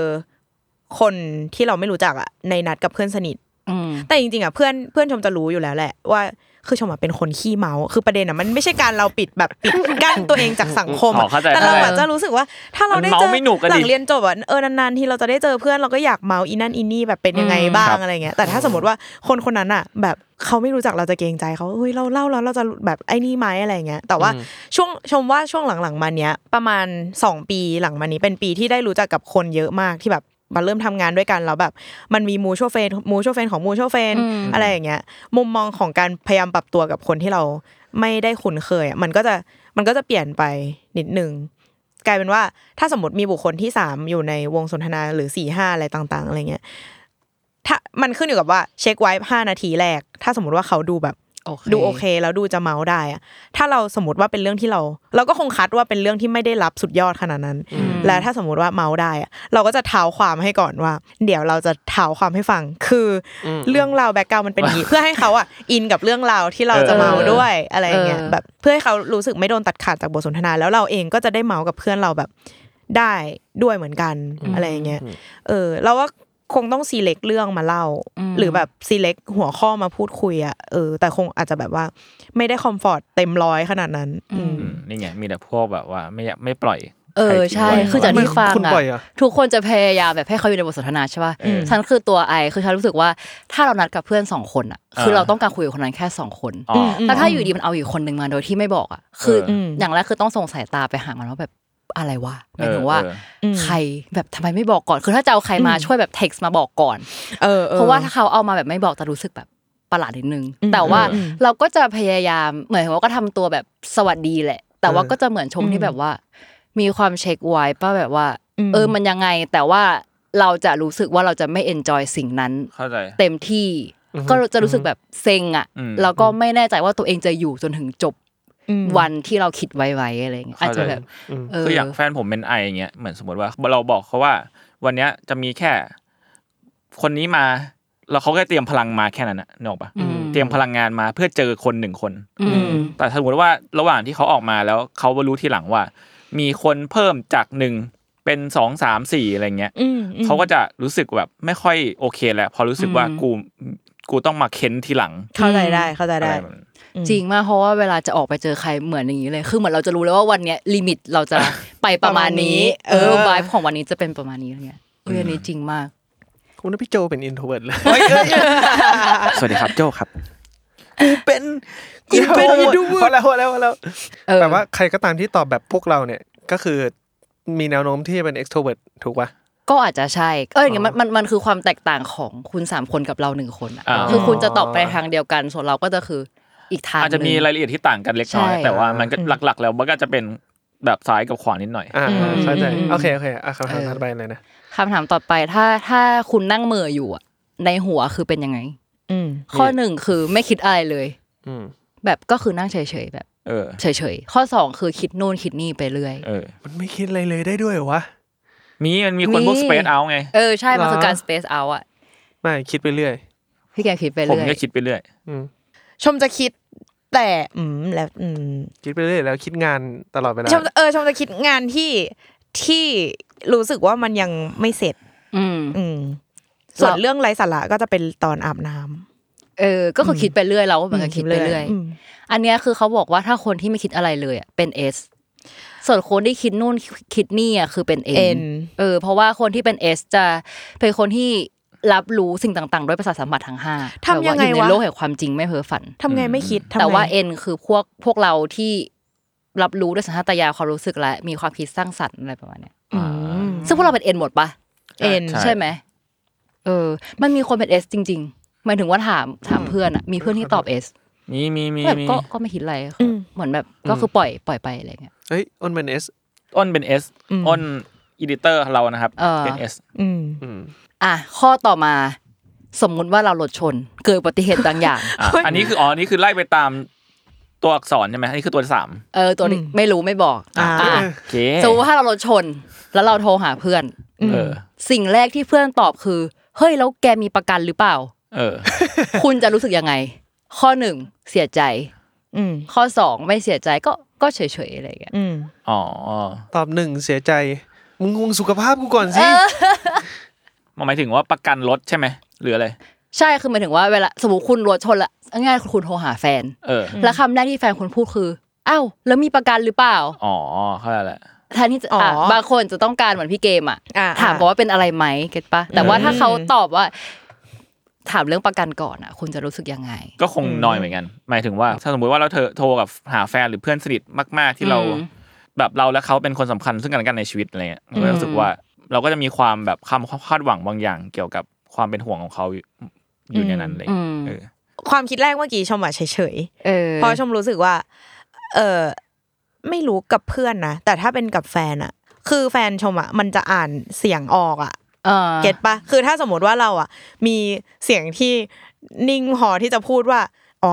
คนที่เราไม่รู้จักอะในนัดกับเพื่อนสนิท อืม แต่จริงๆอะเพื่อนเพื่อนชมจะรู้อยู่แล้วแหละว่าคือชมอะเป็นคนขี้เมาคือประเด็นอะมันไม่ใช่การเราปิดแบบปิดกั้นตัวเองจากสังคม อ๋อ อะ เข้าใจ แต่เรา เข้า อาจ ใจ จะรู้สึกว่า ถ้าเราได้ มัน เจ เมา อ ไม่หนุกอะดิ หลังเรียนจบอะเออนานๆที่เราจะได้เจอเพื่อนเราก็อยากเมาอีนั่นอีนี่แบบเป็นยังไงบ้างอะไรเงี้ยแต่ถ้าสมมติว่าคนคนนั้นอะแบบเขาไม่รู้จักเราจะเกรงใจเขาเฮ้ยเราเล่าแล้วเราจะแบบไอ้นี่ไหมอะไรเงี้ยแต่ว่าช่วงชมว่าช่วงหลังๆมาเนี้ยประมาณ 2 ปีหลังมานี้เป็นปีที่ได้รู้จักกับคนเยอะมากที่แบบมาเริ่มทำงานด้วยกันแล้วแบบ มันมีมูชเฟนมูชเฟนของมูชเฟน อืม อะไรอย่างเงี้ยมุมมองของการพยายามปรับตัวกับคนที่เราไม่ได้คุ้นเคยอะมันก็จะมันก็จะเปลี่ยนไปนิดนึงกลายเป็นว่าถ้าสมมติมีบุคคลที่สามอยู่ในวงสนทนาหรือสี่ห้าอะไรต่าง ๆ อะไรเงี้ยถ้ามันขึ้นอยู่กับว่าเช็คไว้ห้านาทีแรก ถ้าสมมติว่าเขาดูแบบ โอเค ดูโอเคแล้วดูจะเมาได้อะถ้าเราสมมติว่าเป็นเรื่องที่เรา เราก็คงคัดว่าเป็นเรื่องที่ไม่ได้รับสุดยอดขนาดนั้น และถ้าสมมติว่าเมาได้อะเราก็จะเท้าความให้ก่อนว่า เดี๋ยวเราจะเท้าความให้ฟัง คืออเรื่องราวแบ็กกราวมันเป็นอย่างนี้ (laughs) เพื่อให้เขาอะอินกับเรื่องราวที่เราจะเมาด้วยอะไรอย่างเงี้ย เออ แบบเพื่อให้เขารู้สึกไม่โดนตัดขาดจากบทสนทนา แล้วเราเองก็จะได้เมากับเพื่อนเราแบบได้ด้วยเหมือนกันอะไรอย่างเงี้ย เออเราว่าคงต้องซีเล็กเรื่องมาเล่า หรือแบบซีเล็กหัวข้อมาพูดคุยอะเออ แต่คงอาจจะแบบว่า ไม่ได้คอมฟอร์ตเต็มร้อยขนาดนั้น อืม อืมนี่ไงมีแต่พวกแบบว่าไม่อยากไม่ปล่อย เออใช่ ใรทิ้งไว้ คือจากที่ฟัง คุณ อะ ปล่อยเหรอ่ะ ทุกคนจะพยายามแบบให้เขาอยู่ในบทสนทนาใช่ป่ะ เออ ฉันคือตัวไอคือฉันรู้สึกว่าถ้าเรานัดกับเพื่อนสองคนอะคือ เออ เราต้องการคุยกับคนนั้นแค่สองคน อ๋อ แล้วถ้าอยู่ดีมันเอาอีกคนหนึ่งมาโดยที่ไม่บอกอะคืออ ม อย่างแรกคือต้องส่งสายตาไปหามันว่าแบบอะไรวะหมายถึงว่า เออ ใครแบบทำไมไม่บอกก่อน คือถ้าจะเอาใครมาช่วยแบบ text มาบอกก่อน เออออ เพราะว่าถ้าเขาเอามาแบบไม่บอกจะรู้สึกแบบประหลาดนิดนึง แต่ว่า อืม เราก็จะพยายามเหมือนว่าก็ทำตัวแบบสวัสดีแหละ แต่ว่า เออ ก็จะเหมือนชมที่ อืม แบบว่า มีความเช็คไว้ป่ะแบบว่า อืม เออมันยังไงแต่ว่าเราจะรู้สึกว่าเราจะไม่ enjoy สิ่งนั้น เข้าใจ เต็มที่ อือฮึ ก็จะรู้สึกแบบเซ็งอ่ะ อืม แล้วก็ไม่แน่ใจว่าตัวเองจะอยู่จนถึงจบ อืม วันที่เราคิดไว้ไว้อะไรอย่างเงี้ยอาจจะแบบเออ คืออย่างแฟนผมเป็นไออย่างเงี้ยเหมือนสมมติว่าเราบอกเขาว่า วันเนี้ยจะมีแค่ คนนี้มาแล้วเขาก็เตรียมพลังมาแค่นั้นนะนึกออกปะ อืม เตรียมพลังงานมาเพื่อเจอคนหนึ่งคน อืม แต่สมมติว่าระหว่างที่เขาออกมาแล้วเขารู้ทีหลังว่า มีคนเพิ่มจากหนึ่งเป็นสองสามสี่อะไรเงี้ย อืมอืม เขาก็จะรู้สึกแบบไม่ค่อยโอเคแล้วพอรู้สึกว่ากูกูต้องมาเค้นทีหลัง เข้าใจได้เข้าใจ อะไร ได้ แบบนั้น จริงมากเพราะว่าเวลาจะออกไปเจอใครเหมือนอย่างนี้เลย คือเหมือนเราจะรู้แล้วว่าวันเนี้ยลิมิตเราจะ ไปประมาณนี้ เอ เอ อ อวายของวันนี้จะเป็นประมาณนี้อะไรเงี้ยเรื่องนี้จริงมาก คุณว่าพี่โจเป็นอินโทรเวิร์ดเลย สวัสดีครับโจครับ กูเป็นกูเป็นอีดูเวิ พอ ร์ด แล้วพอแล้วพอแล้ว เออ แต่ว่าใครก็ตามที่ตอบแบบพวกเราเนี่ยก็คือมีแนวโน้มที่จะเป็น extrovert ถูกปะ ก็อาจจะใช่เอออย่างเงี้ยมันมันมันคือความแตกต่างของคุณสามคนกับเราหนึ่งคนอะ อ่า คือคุณจะตอบไปทางเดียวกัน ส่วนเราก็จะคืออีกทาง อาจจะมี หนึ่ง รายละเอียดที่ต่างกันเล็กน้อย ใช่ แต่ว่ามันก็หลักๆ แล้วมันก็จะเป็นแบบซ้ายกับขวานิดหน่อย อ่า อืม เข้าใจ อืม โอเคโอเคอ่ะคำถาม เออ ถัดไปเลยนะ คำถามต่อไปถ้าถ้าคุณนั่งเหมืออยู่อะในหัวคือเป็นยังไง อืม ข้อหนึ่งคือไม่คิดอะไรเลย อืม แบบก็คือนั่งเฉยๆแบบ เออ เฉยๆข้อสองคือคิดนู่นคิดนี่ไปเรื่อย เออ มันไม่คิดอะไรเลยได้ด้วยเหรอวะ มีมันมีคนพวก มี สเปซเอาไง เออใช่ มันคือการ space out อ่ะ ไม่คิดไปเรื่อย พี่แกคิดไป ผม เรื่อย ก็คิดไปเรื่อย อืม ชมจะคิดแต่อืมแล้วอืม คิดไปเรื่อยแล้วคิดงานตลอดเวลา ชมเออชมจะคิดงานที่ที่รู้สึกว่ามันยังไม่เสร็จ อืม อืม ส่วน เรา เรื่องไร้สาระก็จะเป็นตอนอาบน้ำ เออ ก็คือคิดไปเรื่อยเราก็เหมือนกับคิดไปเรื่อย ม อันเนี้ยคือเขาบอกว่าถ้าคนที่ไม่คิดอะไรเลยอะเป็น S ส่วนคนที่คิดนู่นคิดนี่อ่ะคือเป็น เอ็น N เออ เพราะว่าคนที่เป็น S จะเป็นคนที่รับรู้สิ่งต่างๆ ด้วยประสาทสัมผัสทั้งห้า ทำยังไง แบบว่าอยู่ใน วะ โลกแห่งความจริงไม่เพ้อฝัน ทำไงไม่คิดทำไง แต่ว่า N คือพวกพวกเราที่รับรู้ด้วยสัญชาตญาณความรู้สึกและมีความคิดสร้างสรรค์อะไรประมาณเนี้ย อืม ซึ่งพวกเราเป็น N หมดปะ เอ็น ใช่ ใช่ไหมเออ มันมีคนเป็น S จริงๆหมายถึงว่าถามถามเพื่อนอะมีเพื่อนที่ตอบ S มีมีมี แบบ มี ก็ก็ไม่คิดอะไร อืม เหมือนแบบก็คือปล่อยปล่อยไปอะไรเงี้ย เฮ้ยอ้นเป็นเอส อ้นเป็นเอส อืม อ้นอีดิเตอร์เรานะครับ เออ เป็นเอส อืม อืม อ่ะข้อต่อมา สมมุติว่าเรารถชน เกิดอุบัติเหตุบางอย่าง อ่ะอันนี้คืออ๋ออันนี้คือไล่ไปตามตัวอักษรใช่ไหมอันนี้คือตัวที่สาม เออตัวนี้ อืม ไม่รู้ไม่บอก อ่า อ่ะ โอเค สมมติว่าถ้าเรารถชน แล้วเราโทรหาเพื่อน เออ สิ่งแรกที่เพื่อนตอบคือ เฮ้ยแล้วแกมีประกันหรือเปล่า เออ คุณจะรู้สึกยังไง ข้อหนึ่งเสียใจ อืม ข้อสองไม่เสียใจก็ก็เฉยๆอะไรเงี้ย อืม อ๋อ ตอบหนึ่งเสียใจมึงงงสุขภาพกูก่อนสิ หมายถึงว่าประกันรถใช่ไหมหรืออะไร ใช่คือหมายถึงว่าเวลาสมมติคุณรถชนละง่ายๆคุณโทรหาแฟน เออ แล้วคำแรกที่แฟนคุณพูดคืออ้าวแล้วมีประกันหรือเปล่า อ๋อ เข้าใจละ แทนที่จะะบางคนจะต้องการเหมือนพี่เกมอ่ะ อ่า ถามก่อนว่าเป็นอะไรไหมเก็ตปะแต่ว่าถ้าเขาตอบว่า ถามเรื่องประกันก่อนอ่ะ คุณจะรู้สึกยังไง ก็คงนอยเหมือนกัน หมายถึงว่า ถ้าสมมติว่าเราเธอโทรกับหาแฟนหรือเพื่อนสนิทมาก ๆ ที่เรา อืม แบบเราและเขาเป็นคนสำคัญซึ่งกันและกันในชีวิตอะไรเงี้ยเราก็รู้สึกว่าเราก็จะมีความแบบคำคาดหวังบางอย่าง เกี่ยวกับความเป็นห่วงของเขาอยู่อยู่ในนั้นเลย อืม เออ ความคิดแรกเมื่อกี้ชมอะเฉย เออ ๆเพราะชมรู้สึกว่า เออไม่รู้กับเพื่อนนะแต่ถ้าเป็นกับแฟนอะคือแฟนชมอะมันจะอ่านเสียงออกอะ เออ เก็ตปะคือถ้าสมมติว่าเราอ่ะ มีเสียงที่นิ่งพอที่จะพูดว่า อ๋อ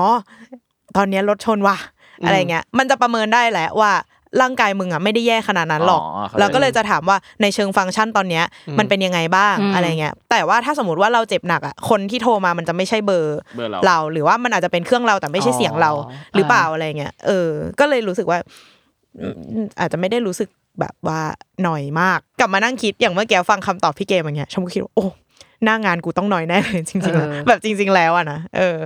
ตอนเนี้ยรถชนว่ะ อะไรเงี้ย มันจะประเมินได้แหละว่าร่างกายมึงอ่ะไม่ได้แย่ขนาดนั้นหรอก อ๋อเข้าใจ เราก็เลยจะถามว่าในเชิงฟังก์ชันตอนเนี้ย มันเป็นยังไงบ้าง อืม อะไรเงี้ย แต่ว่าถ้าสมมติว่าเราเจ็บหนักอ่ะ คนที่โทรมามันจะไม่ใช่เบอร์ เบอร์เรา เราหรือว่ามันอาจจะเป็นเครื่องเราแต่ไม่ใช่เสียงเรา อ๋อ หรือเปล่าอะไรเงี้ยเออ ก็เลยรู้สึกว่าอืมอาจจะไม่ได้รู้สึกแบบว่าหน่อยมาก กลับมานั่งคิดอย่างเมื่อกี้ฟังคำตอบพี่เกมอย่างเงี้ยชมก็คิดว่าโอ้หน้างานกูต้องหน่อยแน่เลยจริงๆแล้ว เออ แบบจริง ๆ แล้วอะนะเออ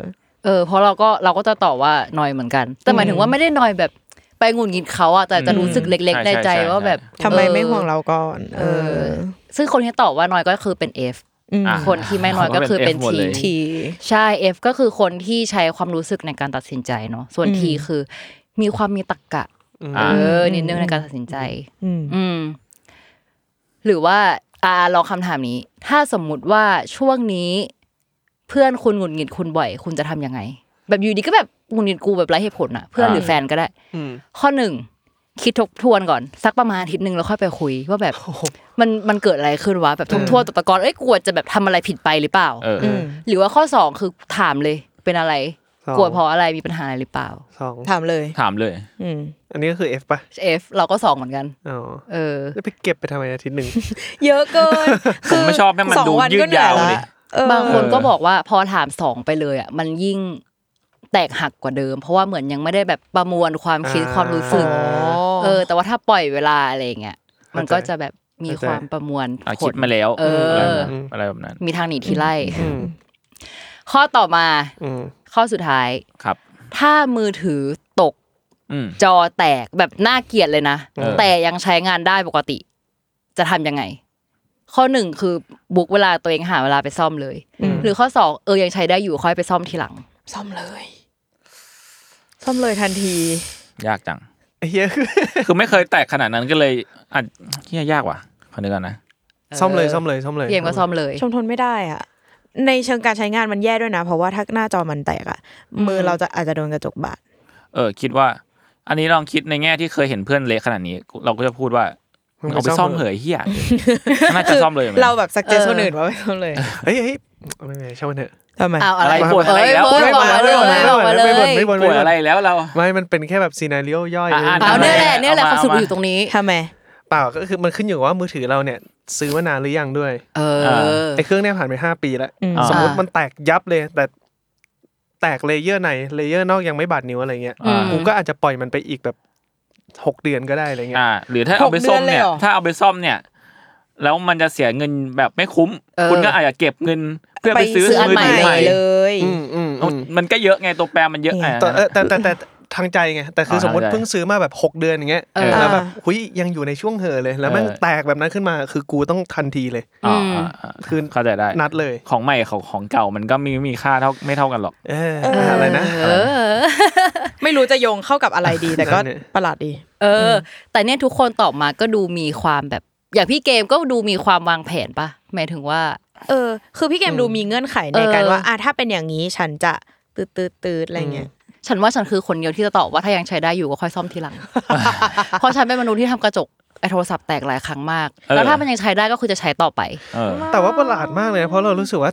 เออเพราะเราก็เราก็จะตอบว่านอยเหมือนกัน แต่หมายถึงว่าไม่ได้นอยแบบไปหงุดหงิดเขาอ่ะแต่จะรู้สึกเล็ก ๆ ในใจ ใช่ใช่ ว่าแบบ ทำไมไม่ เออ ห่วงเราก่อน เอ เอ อ อ ซึ่งคนที่ตอบว่าน้อยก็คือเป็น F อืม อ่ะ คนที่ไม่น้อยก็คือเป็น ก็เป็น F หมด T เลย ที ใช่ F ก็คือคนที่ใช้ความรู้สึกในการตัดสินใจเนาะส่วน อืม T คือ มีความมีตรรกะ อ่า เออนิดนึงในการตัดสินใจ อืม อืม หรือว่าอ่าลองคำถามนี้ ถ้าสมมุติว่าช่วงนี้ เพื่อนคุณหงุดหงิดคุณบ่อย คุณจะทำยังไง แบบอยู่ดีก็แบบหงุดหงิดกูแบบไร้เหตุผลอะเพื่อนหรือแฟนก็ได้ อืม ข้อหนึ่งคิดทบทวนก่อน สักประมาณอาทิตย์หนึ่งแล้วค่อยไปคุย ว่าแบบมันมันเกิดอะไรขึ้นวะแบบทบทวนตัวตะกอนเอ้ยกลัวจะแบบทำอะไรผิดไปหรือเปล่า เออ อืม หรือว่าข้อสองคือถามเลยเป็นอะไร สอง กลัวเพราะอะไรมีปัญหาอะไรหรือเปล่า สอง ถามเลย ถามเลย อืม อันนี้ก็คือ F ป่ะ เอฟเราก็สองเหมือนกัน อ๋อ เออ แล้วไปเก็บไปทำไมอาทิต (laughs) ย์หนึ่ง เยอะเกิน ผมไม่ชอบให้มัน สง ดู วั ยืดยาว ก็เห เล นื่อยละเออบ างคนก็บอกว่าพอถามสองไปเลยอ่ะมันยิ่งแตกหักกว่าเดิม เพราะว่าเหมือนยังไม่ได้แบบประมวลความคิด อ่า ความรู้สึก อ๋อ เออ แต่ว่าถ้าปล่อยเวลาอะไรอย่างเงี้ยมันก็จะแบบมี เข้าใจ ความประมวล อ่ะ ผ คิด ล มาแล้ว เอออ ะไรแบบนั้นอะไรแบบนั้น มีทางหนีทีไล่ อืม ข้อต่อมา อืม ข้อสุดท้าย ครับ ถ้ามือถือตก อืม จอแตกแบบน่าเกลียดเลยนะ เออ แต่ยังใช้งานได้ปกติ จะทำยังไง ข้อหนึ่งคือบุกเวลาตัวเองหาเวลาไปซ่อมเลย อืม หรือข้อสองเออยังใช้ได้อยู่ค่อยไปซ่อมทีหลัง ซ่อมเลย ล่ำเลยทันที ยากจัง ไอ้เฮียคือ คือไม่เคยแตกขนาดนั้นก็เลยอ่ะเฮียยากว่ะพอนึกกันนะ ซ่อมเลยซ่อมเลยซ่อมเลย เพียงก็ซ่อมเลย ชมทนไม่ได้อะในเชิงการใช้งานมันแย่ด้วยนะ เพราะว่าถ้าหน้าจอมันแตกอะมือเราจะอาจจะโดนกระจกบาด เออ คิดว่า อันนี้ลองคิดในแง่ที่เคยเห็นเพื่อนเละขนาดนี้ เราก็จะพูดว่า ง เอาไปซ่อมเหยเฮียน่าจะซ่อมเลยไหม เราแบบสักเจอคนอื่นว่า (laughs) ไม่ต้องเลย เฮ้ยเฮ้ยไม่ไม่ช่างมันเถอะ ทำไม เอาอะไร อะไร ปวด ปวด เอ้ย อะไรแล้ว เบิร์ดบอกมาเลยบอกมาเล ไม่บ่น ย ไม่บ่น ป่วยอะไรแล้วเรา ไม่มันเป็นแค่แบบซีนารีโอย่อย อ่ะอ่ะ เอาเนี่ยแหละเนี่ยแหละค เอา วาม มา สุขอยู่ตรงนี้ ทำไม เปล่าก็คือมันขึ้นอยู่กับว่ามือถือเราเนี่ยซื้อมานานหรือยังด้วย เอ เอ อ ไอ้เครื่องเนี่ยผ่านไปห้าปีแล้ว อืม สมมติมันแตกยับเลย แต่แตกเลเยอร์ในเลเยอร์นอกยังไม่บาดนิ้วอะไรเงี้ย อืม กูก็อาจจะปล่อยมันไปอีกแบบหกเดือนก็ได้อะไรเงี้ย อ่า หรือถ้าเอาไปซ่อมเนี่หกเดือนเลยยเหรอ ถ้าเอาไปซ่อมเนี่ย แล้วมันจะเสียเงินแบบไม่คุ้ม เออ คุณก็อาจจะเก็บเงินเพื่อไปซื้อ ไปซื้ออัน มือ ใหม่ ถือใหม่ เลย อืมอืม เอามันก็เยอะไงตัวแปรมันเยอะอ่ะ แต่เออแต่แต่แต่แต่ทางใจไงแต่คือ อ่า สมมติ เข้าใจ เพิ่งซื้อมาแบบหกเดือนอย่างเงี้ย เออ แล้วแบบหุยยังอยู่ในช่วงเห่อะเลย แล้วมัน เออ แตกแบบนั้นขึ้นมาคือกูต้องทันทีเลย อ่าอ่าอ่า คือ เข้าใจได้ นัดเลย ของใหม่ของของเก่ามันก็มีมีค่าเท่าไม่เท่ากันหรอก เอออะไรนะ เออ ไม่รู้จะโยงเข้ากับอะไร (laughs) ดี แต่ก็ นั่นเนี่ย ประหลาดดี เออ แต่เนี่ยทุกคนตอบมาก็ดูมีความแบบ อย่างพี่เกมก็ดูมีความวางแผนปะหมายถึงว่า เออ คือพี่เกมดูมีเงื่อนไขในการว่าอ่ะถ้าเป็นอย่างนี้ฉันจะตืดตืดตืดอะไรเงี้ย ฉันว่าฉันคือคนเดียวที่จะตอบว่าถ้ายังใช้ได้อยู่ก็ค่อยซ่อม (laughs) ทีหลัง เพราะฉันเป็นมนุษย์ที่ทำกระจกไอโทรศัพท์แตกหลายครั้งมาก เออ แล้วถ้ามันยังใช้ได้ก็คือจะใช้ต่อไป เออ แต่ว่าประหลาดมากเลยนะเพราะเรารู้สึกว่า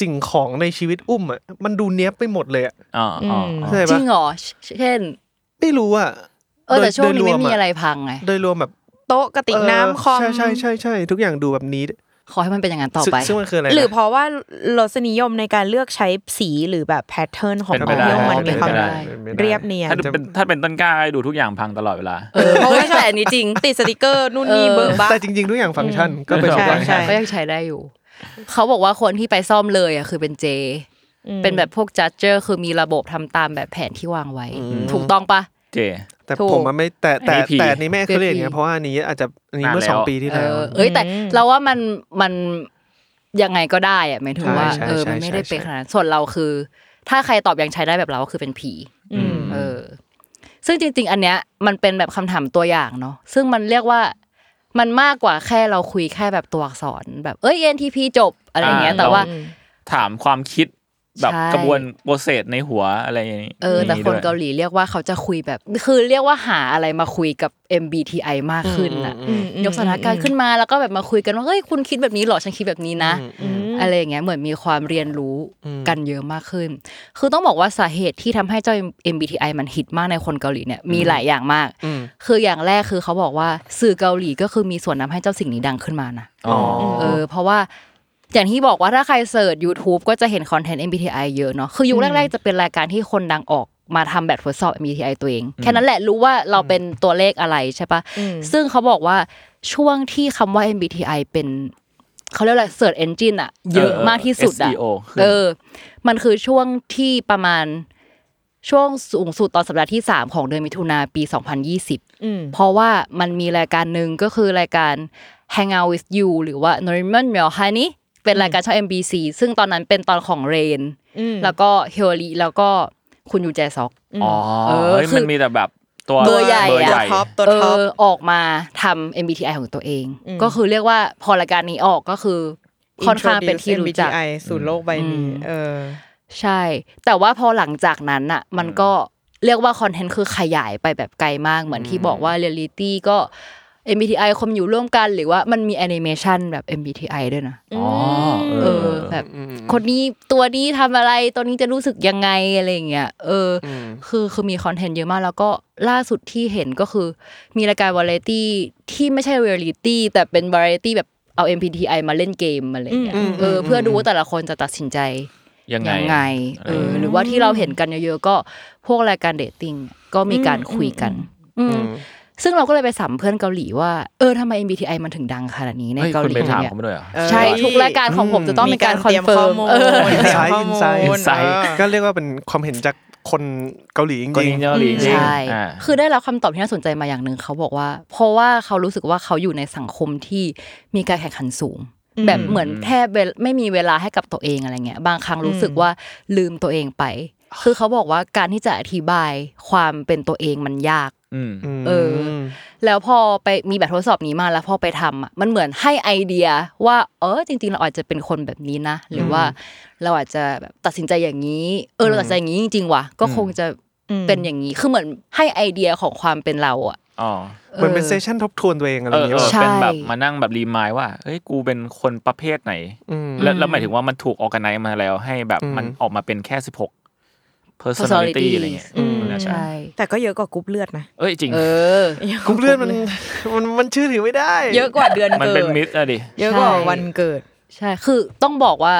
สิ่งของในชีวิตอุ้มอ่ะมันดูเนี้ยบไปหมดเลยอ่ะ อ่าอ่า เข้าใจ จริ ปะ งเหรอเชเช่น ไม่รู้อ่ะ เออแต่ช่วงนี้ โดย ไม่ โดย มี ว อะไรพังไง โดยรวมแบบ โต๊ะกระติกน้ำคอม เใช่ใช่ใช่ใช่ทุกอย่างดูแบบนี้ ขอให้มันเป็นอย่างนั้นต่อ ซึ่ง ไป ซึ่งมันคืออะไรนะ หรือเพราะว่ารสนิยมในการเลือกใช้สีหรือแบบแพทเทิร์นของ เป็น ข ไป องเที่ยวได้มันมีความ เป็นไปได้ เรียบเนียน ถ้าเป็นถ้าเป็นต้นกล้าให้ดูทุกอย่างพังตลอดเวลา เออเพราะว่าแต่อันนี้จริง ติดสติกเกอร์นู่นนี่ เออ เบิกบ้า แต่จริง ๆ ทุกอย่างฟังก์ชันก็เป็น ใช่ แบบนั้น ใช่ ก็ยังใช้ได้อยู่ เขาบอกว่าคนที่ไปซ่อมเลยอ่ะคือเป็นเจ อืม เป็นแบบพวกจัดเจอร์คือมีระบบทำตามแบบแผนที่วางไว้ ถูกต้องปะ เจ แต่ ถูก ผมมันไม่แต่แต่ ไอ้ผี แต่อันนี้ไม่เคยเรียน ไอ้ผี เนี่ยเพราะว่าอันนี้อาจจะอันนี้เมื่อสองปีที่ เอ แล้ว อ เอ้ยแต่ อืม เราว่ามันมันยังไงก็ได้อะหมายถึงว่า ใช่ใช่ เออ ใช่ มันไม่ได้ ใช่ เป็นขนาดนั้นส่วนเราคือ ถ้าใครตอบยังใช้ได้แบบเราก็คือเป็นผี อืม เออ ซึ่งจริง ๆ อันเนี้ยมันเป็นแบบคำถามตัวอย่างเนาะซึ่งมันเรียกว่ามันมากกว่าแค่เราคุยแค่แบบตัวอักษรแบบเอ้ย NTP จบอะไรอย่างเงี้ย อ่า แต่ว่า ถามความคิดแบบ ใช่ กระบวนโปรเซสในหัวอะไรอย่างนี้ เออ แต่ มี คน ด้วย เกาหลีเรียกว่าเขาจะคุยแบบ คือเรียกว่าหาอะไรมาคุยกับ MBTI มากขึ้นอะยกสถานการณ์ขึ้นมาแล้วก็แบบมาคุยกันว่าเฮ้ยคุณคิดแบบนี้เหรอฉันคิดแบบนี้นะ อะไรอย่างเงี้ยเหมือนมีความเรียนรู้กันเยอะมากขึ้น คือต้องบอกว่าสาเหตุที่ทำให้เจ้า MBTI มันฮิตมากในคนเกาหลีเนี่ยมีหลายอย่างมาก คืออย่างแรกคือเขาบอกว่าสื่อเกาหลีก็คือมีส่วนทำให้เจ้าสิ่งนี้ดังขึ้นมานะ อ๋อ เออเพราะว่าอย่างที่บอกว่าถ้าใครเสิร์ช YouTube ก็จะเห็นคอนเทนต์ MBTI เยอะเนาะคือยุคแรกๆจะเป็นรายการที่คนดังออกมาทำแบบทดสอบ MBTI ตัวเอง แค่นั้นแหละรู้ว่าเราเป็นตัวเลขอะไรใช่ปะ อืม ซึ่งเขาบอกว่าช่วงที่คำว่า MBTI เป็นเขาเรียกอะไรเสิร์ชเอนจินอะเยอะมากที่สุดอะ เ SEO ขึ้น เออ มันคือช่วงที่ประมาณช่วงสูงสุดตอนสัปดาห์ที่ 3 ของเดือนมิถุนาปี 2020 อืม เพราะว่ามันมีรายการหนึ่งก็คือรายการ Hang Out with You หรือว่า Norman m e l h a n i เป็นรายการช่อง MBC ซึ่งตอนนั้นเป็นตอนของเรน อืม แล้วก็เฮอรีแล้วก็คุณยูแจซอก อ๋อ เออ เฮ้ย คือ มันมีแต่แบบตัว เบอร์ใหญ่อะ เบอตัวร์ใหญ่ ท็อปตัว เอ ท็อป อออกมาทำ MBTI ของตัวเอง อืม ก็คือเรียกว่าพอรายการนี้ออกก็คือค่อนข้างเป็นที่รู้จัก MBTI สู่โลกใบนี้เออ ใช่ แต่ว่าพอหลังจากนั้นน่ะ มันก็เรียกว่าคอนเทนต์คือขยายไปแบบไกลมากเหมือนที่บอกว่าเรียลิตี้ก็ MBTI คนอยู่ร่วมกันหรือว่ามันมีแอนิเมชันแบบ MBTI ด้วยนะ อ๋อ เออแบบคนนี้ตัวนี้ทำอะไรตัวนี้จะรู้สึกยังไงอะไรอย่างเงี้ยเอออคือคือมีคอนเทนต์เยอะมาก แล้วก็ล่าสุดที่เห็นก็คือ มีรายการวาไรตี้ที่ไม่ใช่เรียลิตี้แต่เป็นวาไรตี้แบบเอา MBTI มาเล่นเกมอะไรอย่างเงี้ย อืม เออเพื่อดูว่าแต่ละคนจะตัดสินใจ ยังไง ยังไงเออหรือว่าที่เราเห็นกันเยอะๆก็พวกรายการเดทติ้งก็มีการคุยกันอืมซึ่งเราก็เลยไปสัมเพื่อนเกาหลีว่า เออทำไม MBTI มันถึงดังขนาดนี้ใน เฮ้ย เกาหคุณ ลี ไปถาม เนี่ย เขาไม่ด้วยเหรอ เออ ใช่ทุกรายการของผมจะต้องมีการคอนเฟิร์ม เอ เอ อ อ อินไซ ข้ ด์ อ อิน มู ไซด์ ล อินไซด์ เออ ก็เรียกว่าเป็นความเห็นจากคนเกาหลีจ คน ริง เกาหลีจริง ใช่ อ่า คือได้รับคำตอบที่น่าสนใจมาอย่างหนึ่งเขาบอกว่า เพราะว่าเขารู้สึกว่าเขาอยู่ในสังคมที่มีการแข่งขันสูง แบบเหมือนแทบเวลไม่มีเวลาให้กับตัวเองอะไรเงี้ย บางครั้งรู้สึกว่าลืมตัวเองไป คือเขาบอกว่าการที่จะอธิบายความเป็นตัวเองมันยาก อืม ม เออ แล้วพอไปมีแบบทดสอบนี้มาแล้วพอไปทำอ่ะมันเหมือนให้ไอเดียว่าเออจริง ๆ เราอาจจะเป็นคนแบบนี้นะ หรือว่าเราอาจจะแบบตัดสินใจอย่างนี้ เออเราตัดสินใจอย่างนี้จริงๆว่ะก็คงจะเป็นอย่างนี้คือเหมือนให้ไอเดียของความเป็นเราอ่ะ อ๋อ เหมือนเป็น ออ เซสชั่นทบทวนตัวเองอะไร เอ อ อย่าง เงี้ย เออ ใช่ เป็นแบบมานั่งแบบรีมายว่าเอ้ยกูเป็นคนประเภทไหน ม แล้วแล้วหมายถึงว่ามันถูกออกไนมาแล้วให้แบบ อืม มันออกมาเป็นแค่ 16 personality อะไรเงี้ย อืม น่าจะ ใช่ แต่ก็เยอะกว่ากรุ๊ปเลือดนะ เอ้ยจริง เออ กรุ๊ปเลือดมันมันมันชื่อถือไม่ได้ เยอะกว่าเดือน มัน เกิ เป็ ด นมิดอะดิ เยอะกว่า ใช่ วันเกิด ใช่ คือต้องบอกว่า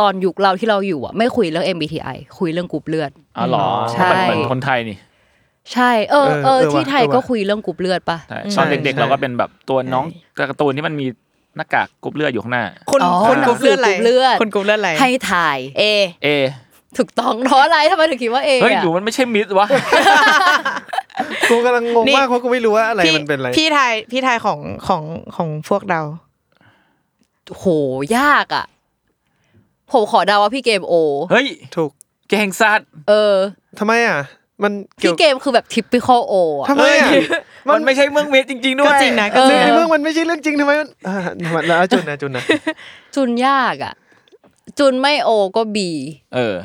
ตอนยุคเราที่เราอยู่อ่ะไม่คุยเรื่อง MBTI คุยเรื่องกรุ๊ปเลือด อ๋อเหรอ ใช่ มันเหมือนคนไทยนี่ ใช่ เออ เอ เอ อ อ เออว่ะ ที่ไทย เออว่ะ ก็คุยเรื่องกรุ๊ปเลือดปะ ใช่ อืม ตอนเด็กๆใช่เราก็เป็นแบบตัวน้องการ์ตูนที่มันมีหน้ากากกรุ๊ปเลือดอยู่ข้างหน้า คน อ๋อ คนกรุ๊ปเลือดอะไร กรุ๊ปเลือด คนกรุ๊ปเลือดอะไร ให้ถ่าย เอ เอ ถูกต้องเพราะอะไรทำไมถึงคิดว่าเอ เฮ้ย อะ อยู่มันไม่ใช่มิดว (laughs) ะ กูกำลังงง นี่ มากเพราะกูไม่รู้ว่าอะไรมันเป็นอะไร พี่ทายพี่ทายของของของพวกเรา โหยากอ่ะ ผมขอเดาว่าพี่เกมโอ เฮ้ย ถูก แกงซัด เออ ทำไมอ่ะ มัน พี่ เกี่ยว เกมคือแบบทิปปิคอโอ ทำไมอ่ะ มันไม่ใช่เมืองมิดจริง ๆ ด้วย ก็จริงนะก็ เอ จริ ในในเมื อ องมันไม่ใช่เรื่องจริงทำไมมันอ่าแล้วจุนนะจุนนะ จุนยากอ่ะ จุนไม่โอก็บี เออ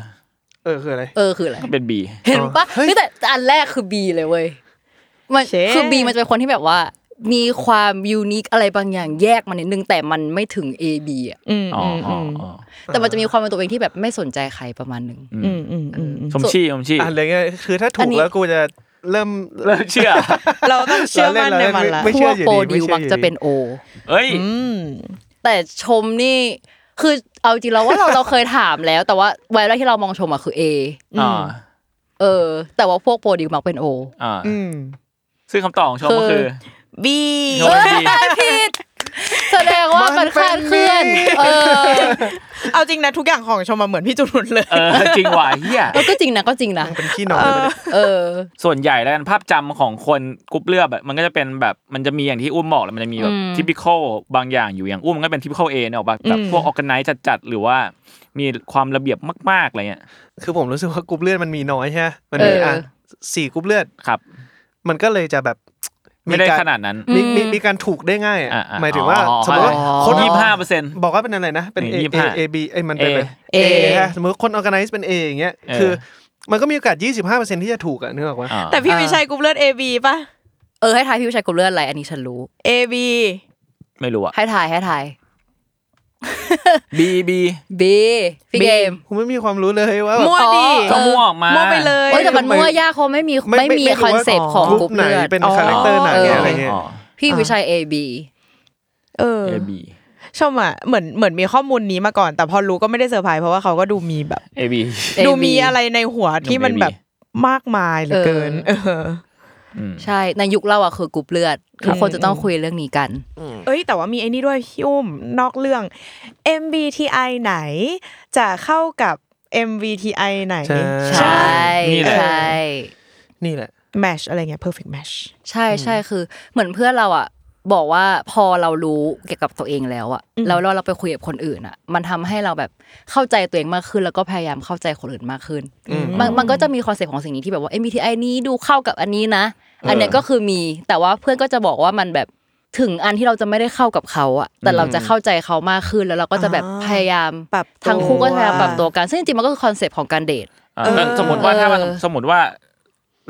เออคืออะไร เออคืออะไร ก็เป็นบี เห็นปะ เฮ้ย เฮ้ยแต่อันแรกคือบีเลยเว้ยมัน เช่ คือบีมันจะเป็นคนที่แบบว่า มีความยูนิคอะไรบางอย่างแยกมานิดนึงแต่มันไม่ถึง A B อ่ะ อืม อ๋อ อืม อ๋ อื อ ม อ๋อ แต่มันจะมีความเป็นตัวเองที่แบบไม่สนใจใครประมาณหนึ่ง อืมอืมอืมอืม ชมชี่ชมชี่ อ่ะเลยไงคือถ้าถู อัน ก นี้ แล้วกูจะเริ่ม เริ่มเชื่อ เราต้องเชื่อมั่นในมันละ ไม่ พ เชื่ ว อก อยู่ โปร ดี ดิว ไม่เชื่ออยู่ดี มักจะเป็นโอ เอ้ย อืม แต่ชมนี่คือเอาจริงแล้วว่าเรา เราเคยถามแล้ว แต่ว่าไวรัลที่เรามองชมอะคือ A อ่า เออ แต่ว่าพวกโปรดิวมักเป็นโอ อ่า อืม ซึ่งคำตอบของชมก็คือ บี ชมดี ผิดแสดงว่ามันคลาดเคลื่อน มันเป็น เออ เอาจริงนะทุกอย่างของชมมาเหมือนพี่จุนหมดเลย เออจริงว่ะเฮีย เออก็จริงนะก็จริงนะ เป็นขี้หนอนเลยเนี่ย เออ ส่วนใหญ่แล้วกันภาพจำของคนกรุ๊ปเลือดอะมันก็จะเป็นแบบมันจะมีอย่างที่อุ้มบอกแหล้วมันจะมีแบบ อืม ทิปิคอลบางอย่างอยู่อย่างอุ้มมันก็เป็นทิปิคอลเอเนี่ยออกแบบ อืม พวกออกันไนจัดๆหรือว่ามีความระเบียบมากๆอะไรเงี้ย คือผมรู้สึกว่ากรุ๊ปเลือดมันมีน้อยใช่ไหมมันมี เอออ่ อ่ะสี่กรุ๊ปเลือด ครับ มันก็เลยจะแบบ ไม่ได้ กร ขนาดนั้น มี อืม มีมีการถูกได้ง่ายอ่ะ อ่ะอ่ะ หมายถึงว่า อ๋อ สมมติว่า อ๋อ คน ยี่สิบห้าเปอร์เซ็นต์ บอกว่าเป็นอะไรนะ เป็น หนึ่ A งยี่สิบ A ห้า A B ไอ้ยมันเป็นอะไร A A ฮะสมมติคนออแกไนซ์เป็น A อย่างเงี้ย เออ คือ มันก็มีโอกาส 25%ที่จะถูกอ่ะนึกออกปะ อ่า แต่พี่วิชัยกรุ๊ปเลือด AB ป่ะ เออให้ทายพี่วิชัยกบเลือดอะไรอันนี้ฉันรู้ AB ไม่รู้อะ ให้ทายให้ทาย บีบี บีพี่เกม ผมไม่มีความรู้เลยว่า มั่วดิ ก็มั่วออกมา มั่วไปเลย เอ้ยแต่มันมั่วยากเขาะไม่มี ไม่ ไม่มี ไม่รู้ว่า คอนเซปต์ของ กรุ๊ กรุ๊ ป ป ไหน เลือด เป็น อ๋อ คาแรคเตอร์ไหน ย อะไรเงี้ย พี่วิชัย AB เออ เอบี ชมอ่ะเหมือนเหมือนมีข้อมูลนี้มาก่อน แต่พอรู้ก็ไม่ได้เซอร์ไพรส์เพราะว่าเขาก็ดูมีแบบ เอบี AB ดูมีอะไรในหัวที่มันแบบมากมายเหลือเกิน เออ ใช่ในยุคเราอ่ะคือกรุ๊ปเลือดทุกคนจะต้องคุยเรื่องนี้กัน เอ้ยแต่ว่ามีไอ้นี่ด้วยพี่อุ้มนอกเรื่อง MBTI ไหน จะเข้ากับ MBTI ไหน ใช่ ใช่ นี่แหละ ใช่ นี่แหละ match อะไรเงี้ย perfect match ใช่ใช่คือเหมือนเพื่อนเราอ่ะ บอกว่าพอเรารู้เกี่ยวกับตัวเองแล้วอ่ะแล้วเราเราไปคุยกับคนอื่นอ่ะ มันทำให้เราแบบเข้าใจตัวเองมากขึ้น แล้วก็พยายามเข้าใจคนอื่นมากขึ้น มันมันก็จะมีคอนเซ็ปต์ของสิ่งนี้ที่แบบว่า MBTI นี้ดูเข้ากับอันนี้นะ อันเนี้ยก็คือมีแต่ว่าเพื่อนก็จะบอกว่ามันแบบถึงอันที่เราจะไม่ได้เข้ากับเขาอ่ะ แต่เราจะเข้าใจเขามากขึ้นแล้วเราก็จะแบบ อ่า พยายาม ปรับตัว ทั้งคู่ก็พยายามปรับตัวกันซึ่งจริงๆมันก็คือคอนเซ็ปต์ของการเดท อ่ะแล้วสมมติว่าถ้ามัน เออ สมมติว่า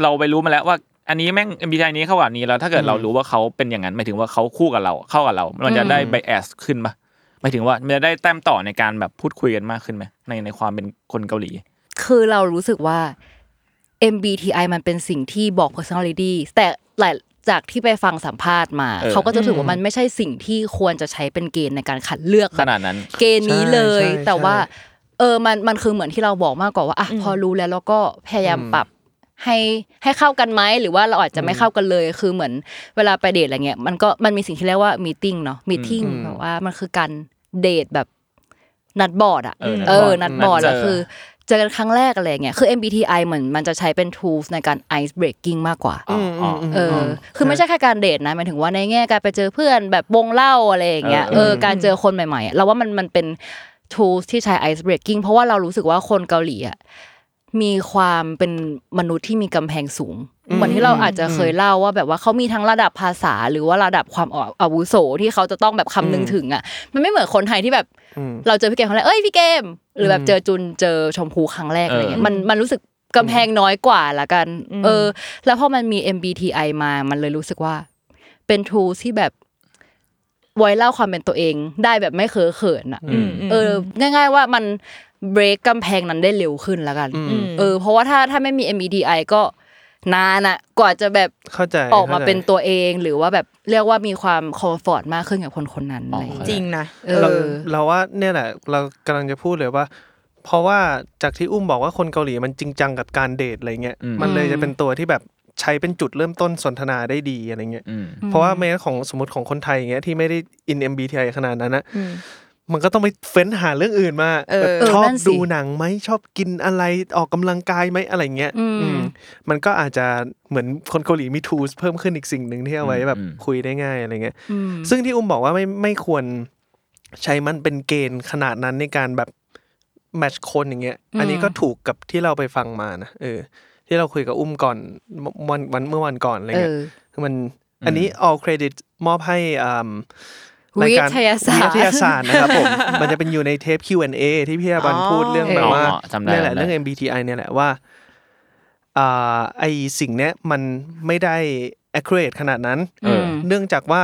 เราไปรู้มาแล้วว่า อันนี้แม่ง MBTI นี้เข้ากับอันนี้แล้วถ้าเกิดเรารู้ว่าเขาเป็นอย่างนั้นหมายถึงว่าเขาคู่กับเราเข้ากับเรา มันจะได้ไบแอสขึ้นปะหมายถึงว่ามันจะได้แต้มต่อในการแบบพูดคุยกันมากขึ้นไหมในในความเป็นคนเกาหลี คือเรารู้สึกว่า MBTI มันเป็นสิ่งที่บอก personality แต่หลายจากที่ไปฟังสัมภาษณ์มา เออ เขาก็จะรู้สึกว่ามันไม่ใช่สิ่งที่ควรจะใช้เป็นเกณฑ์ในการคัดเลือกแบขบ นาดนั้น เกณฑ์นี้เลย ใช่ใช่ แต่ว่า เออมันมันคือเหมือนที่เราบอกมากกว่าว่าอ่ะพอรู้แล้วเราก็พยายามปรับให้ให้เข้ากันไหมหรือว่าเราอาจจะไม่เข้ากันเลย คือเหมือนเวลาไปเดทอะไรเงี้ยมันก็มันมีสิ่งที่เรียกว่ามีติ้งเนาะมีติ้ง อืม แบบว่ามันคือการเดทแบบนัดบอร์ดอะ เออ เออ นั นั ด ด บบ อ อ ร์ ร์ ด ด นัดอะเจอคือ เจอกันครั้งแรกอะไรอย่างเงี้ย คือ MBTI เหมือนมันจะใช้เป็น tools ในการ ice breaking มากกว่า อืมอืมม เออ คือไม่ใช่แค่การเดทนะหมายถึงว่าในแง่การไปเจอเพื่อนแบบวงเล่าอะไรอย่างเงี้ย เออ เออ การเจอคนใหม่ๆอะเราว่ามันมันเป็น tools ที่ใช้ ice breaking เพราะว่าเรารู้สึกว่าคนเกาหลีอะ มีความเป็นมนุษย์ที่มีกำแพงสูง เหมือนที่เราอาจจะเคยเล่าว่าแบบว่าเขามีทั้งระดับภาษา หรือว่าระดับความอ่ออาวุโสที่เขาจะต้องแบบคำนึงถึงอ่ะ มันไม่เหมือนคนไทยที่แบบ อืม เราเจอพี่เกมครั้งแรกเอ้ยพี่เกม หรือแบบเจอจุนเจอชมพูครั้งแรกอะไรเงี้ย เออ มันมันรู้สึกกำแพงน้อยกว่าละกัน เออ แล้วพอมันมี MBTI มามันเลยรู้สึกว่า เป็นทูที่แบบไว้เล่าความเป็นตัวเองได้แบบไม่เคอะเขินอ่ะ อืมม เออง่าย ๆ ว่ามันเบรกกำแพงนั้นได้เร็วขึ้นแล้วกัน อืม เออเพราะว่าถ้าถ้าไม่มี MBTI ก็นานอะกว่าจะแบบ เข้าใจ ออกมา ข้ใจ เป็นตัวเองหรือว่าแบบเรียกว่ามีความคอมฟอร์ตมากขึ้นกับคนคนนั้นอะไรอย่าง จ เงี้ย ริงนะ เอ เรา อ เราว่าเนี่ยแหละเรากำลังจะพูดเลยว่า เพราะว่าจากที่อุ้มบอกว่าคนเกาหลีมันจริงจังกับการเดทอะไรเงี้ย อืม มันเลยจะเป็นตัวที่แบบใช้เป็นจุดเริ่มต้นสนทนาได้ดีอะไรเงี้ย อืม เพราะว่าไม่งั้นของสมมติของคนไทยอย่างเงี้ยที่ไม่ได้อิน MBTI ขนาดนั้นนะมันก็ต้องไปเฟ้นหาเรื่องอื่นมา เออ แบบ เออ ชอบ นั่นสิ ดูหนังไหมชอบกินอะไรออกกำลังกายไหมอะไรเงี้ย อืม อืมมันก็อาจจะเหมือนคนเกาหลีมีทูสเพิ่มขึ้นอีกสิ่งหนึ่งที่เอาไว้แบบ อืม คุยได้ง่ายอะไรเงี้ย ม ซึ่งที่อุ้มบอกว่าไม่ไม่ควรใช้มันเป็นเกณฑ์ขนาดนั้นในการแบบแมทช์คนอย่างเงี้ย อันนี้ก็ถูกกับที่เราไปฟังมานะเออ ที่เราคุยกับอุ้มก่อนเมื่อวันวันเมื่อวันก่อนอะไร เอ เงี้ย อ คือมันอันนี้ all credit มอบให้อ่ำ วิทยาศาสตร์ วิทยาศาสตร์นะครับผม มันจะเป็นอยู่ในเทป Q&A ที่พี่อาบัน อ๋อ พูดเรื่องแบบว่า เออจำได้ เนี่ยแหละ จำได้ เรื่อง MBTI เนี่ยแหละว่าอ่าไอสิ่งเนี้ยมันไม่ได้ accurate ขนาดนั้น เออ เนื่องจากว่า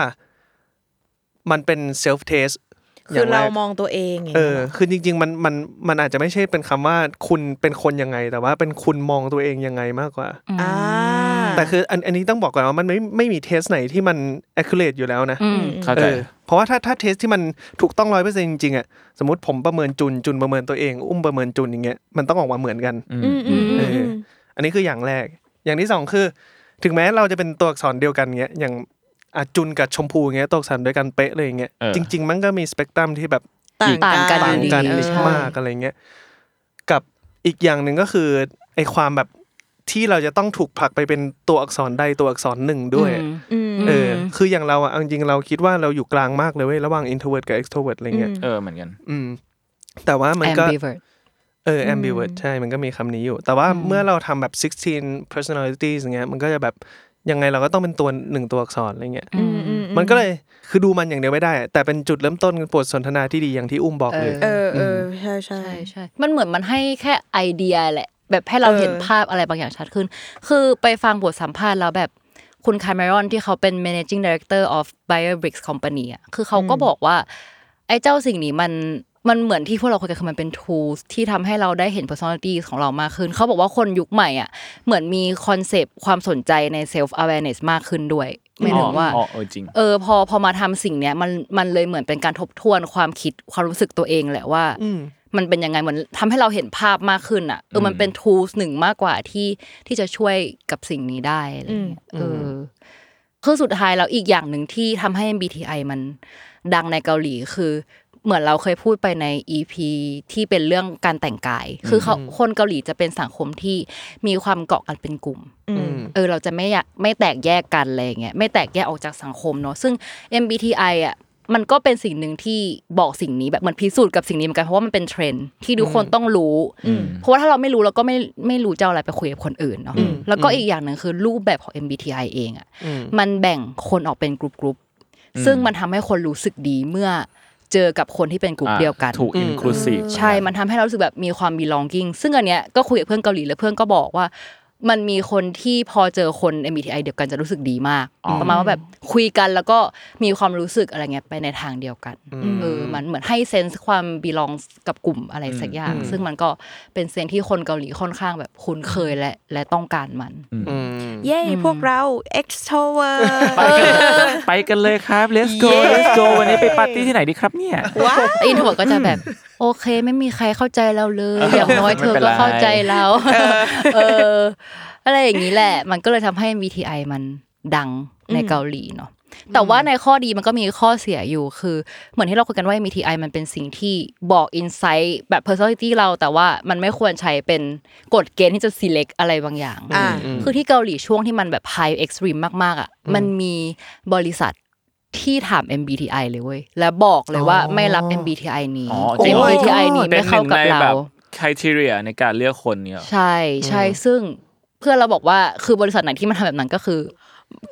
มันเป็นเซลฟ์เทส คือเรามองตัวเองอย่าง เอ เงี้ย อ หรอ คือจริง ๆ มันมันมันอาจจะไม่ใช่เป็นคำว่าคุณเป็นคนยังไง แต่ว่าเป็นคุณมองตัวเองยังไงมากกว่า อ่า แต่คืออันอันนี้ต้องบอกก่อนว่ามันไม่ไม่มีเทสไหนที่มัน accurate อยู่แล้วนะ อืม เข้า เอ ใจ อเพราะว่าถ้าถ้าเทสที่มันถูกต้องร้อยเปอร์เซ็นต์จริงๆอ่ะสมมติผมประเมินจุนจุนประเมินตัวเองอุ้มประเมินจุนอย่างเงี้ยมันต้องออกมาเหมือนกัน อืมอืมอืม เออ อันนี้คืออย่างแรก อย่างที่สองคือ ถึงแม้เราจะเป็นตัวอักษรเดียวกันเงี้ย อย่างอาจุนกับชมพูเงี้ยตัวอักษรด้วยกันเป๊ะเลยอย่างเงี้ย เออ จริง ๆ มันก็มีสเปกตรัมที่แบบ ต่างกัน ต่างกัน อยู่ดี อีกมากอะไรเงี้ย กับอีกอย่างหนึ่งก็คือไอความแบบที่เราจะต้องถูกผลักไปเป็นตัวอักษรใดตัวอักษรหนึ่งด้วย อืม อืม เออ คืออย่างเราอะเอาจริงๆเราคิดว่าเราอยู่กลางมากเลยเว้ยระหว่าง introvert กับ extrovert อะไรเงี้ย เออเหมือนกัน อืม แต่ว่ามันก็ ambivert เออ ambivert ใช่ มันก็มีคำนี้อยู่ แต่ว่าเมื่อเราทำแบบ 16 personalities อย่างเงี้ย มันก็จะแบบ ยังไงเราก็ต้องเป็นตัวหนึ่งตัวอักษรอะไรเงี้ย อืมอืม มันก็เลย คือดูมันอย่างเดียวไม่ได้ แต่เป็นจุดเริ่มต้นบทสนทนาที่ดีอย่างที่อุ้มบอกเลย เ เออเออใช่ใช่ ใช่ใช่ มันเหมือนมันให้แค่ไอเดียแหละ แบบให้เรา เออ เห็นภาพอะไรบางอย่างชัดขึ้น คือไปฟังบทสัมภาษณ์แล้วแบบคุณคาเมรอนที่เขาเป็น managing director of BioBricks Company อ่ะ คือเขาก็บอกว่า ไอ้เจ้าสิ่งนี้มันมันเหมือนที่พวกเราคุยกันคือมันเป็น tools ที่ทำให้เราได้เห็น personality ของเรามากขึ้น เขาบอกว่าคนยุคใหม่อ่ะ เหมือนมีคอนเซปต์ความสนใจใน self awareness มากขึ้นด้วยไม่ถึงว่า อ๋อเออจริง เออพอพอมาทำสิ่งเนี้ยมันมันเลยเหมือนเป็นการทบทวนความคิดความรู้สึกตัวเองแหละว่ามันเป็นยังไงเหมือนทำให้เราเห็นภาพมากขึ้นอ่ะเออมันเป็น tools หนึ่งมากกว่าที่ที่จะช่วยกับสิ่งนี้ได้อะไรเงี้ยเอออคือสุดท้ายแล้วอีกอย่างหนึ่งที่ทำให้ MBTI มันดังในเกาหลีคือ เหมือนเราเคยพูดไปใน EP ที่เป็นเรื่องการแต่งกาย คือเขาคนเกาหลีจะเป็นสังคมที่มีความเกาะกันเป็นกลุ่ม เออเราจะไม่อยากไม่แตกแยกกันอะไรอย่างเงี้ยไม่แตกแยกออกจากสังคมเนอะซึ่ง MBTI อ่ะมันก็เป็นสิ่งหนึ่งที่บอกสิ่งนี้แบบเหมือนพิสูจน์กับสิ่งนี้เหมือนกันเพราะว่ามันเป็นเทรนด์ที่ทุกคนต้องรู้ เพราะว่าถ้าเราไม่รู้เราก็ไม่ไม่รู้จะเอาอะไรไปคุยกับคนอื่นเนาะแล้วก็อีกอย่างหนึ่งคือรูปแบบของ MBTI เองอ่ะมันแบ่งคนออกเป็นกลุ่มๆซึ่งมันทำให้คนรู้สึกดีเมื่อเจอกับคนที่เป็นกลุ่ม อ่ะ เดียวกัน ถูก inclusive ใช่ มันทำให้เรารู้สึกแบบมีความ belonging ซึ่งอันเนี้ยก็คุยกับเพื่อนเกาหลีแล้วเพื่อนก็บอกว่า มันมีคนที่พอเจอคน MBTI เดียวกันจะรู้สึกดีมาก ประมาณว่าแบบคุยกันแล้วก็มีความรู้สึกอะไรเงี้ยไปในทางเดียวกันเออมันเหมือนให้เซนส์ความ belong กับกลุ่มอะไรสักอย่าง ซึ่งมันก็เป็นเซนส์ที่คนเกาหลีค่อนข้างแบบคุ้นเคยและและต้องการมัน อืม เย้พวกเรา extrovert ไปกันเลยครับ let's go let's go วันนี้ไปปาร์ตี้ที่ไหนดีครับเนี่ย ว้าว อินโทรเวิร์ดก็จะแบบโอเคไม่มีใครเข้าใจเราเลย อย่างน้อยเธอ ไม่เป็น ก็ ไร เข้าใจเรา เอออะไรอย่างนี้แหละ มันก็เลยทำให้ MBTI มันดังในเกาหลีเนาะแต่ว่าในข้อดีมันก็มีข้อเสียอยู่คือ เหมือนที่เราคุยกันว่า MBTI มันเป็นสิ่งที่บอกอินไซต์แบบ personality เราแต่ว่ามันไม่ควรใช้เป็นกฎเกณฑ์ที่จะ select อะไรบางอย่าง อ่า คือที่เกาหลีช่วงที่มันแบบ high extreme มาก ๆ อ่ะ มันมีบริษัทที่ถาม MBTI เลยเว้ย และบอกเลยว่าไม่รับ MBTI นี้ อ๋อจริงเหรอ MBTI นี้ไม่เข้ากับ ป็นเราหนึ่งในแบบ criteria ในการเลือกคนเนี่ย ใช่ใช่ซึ่งเพื่อนเราบอกว่าคือบริษัทไหนที่มันทำแบบนั้นก็คือ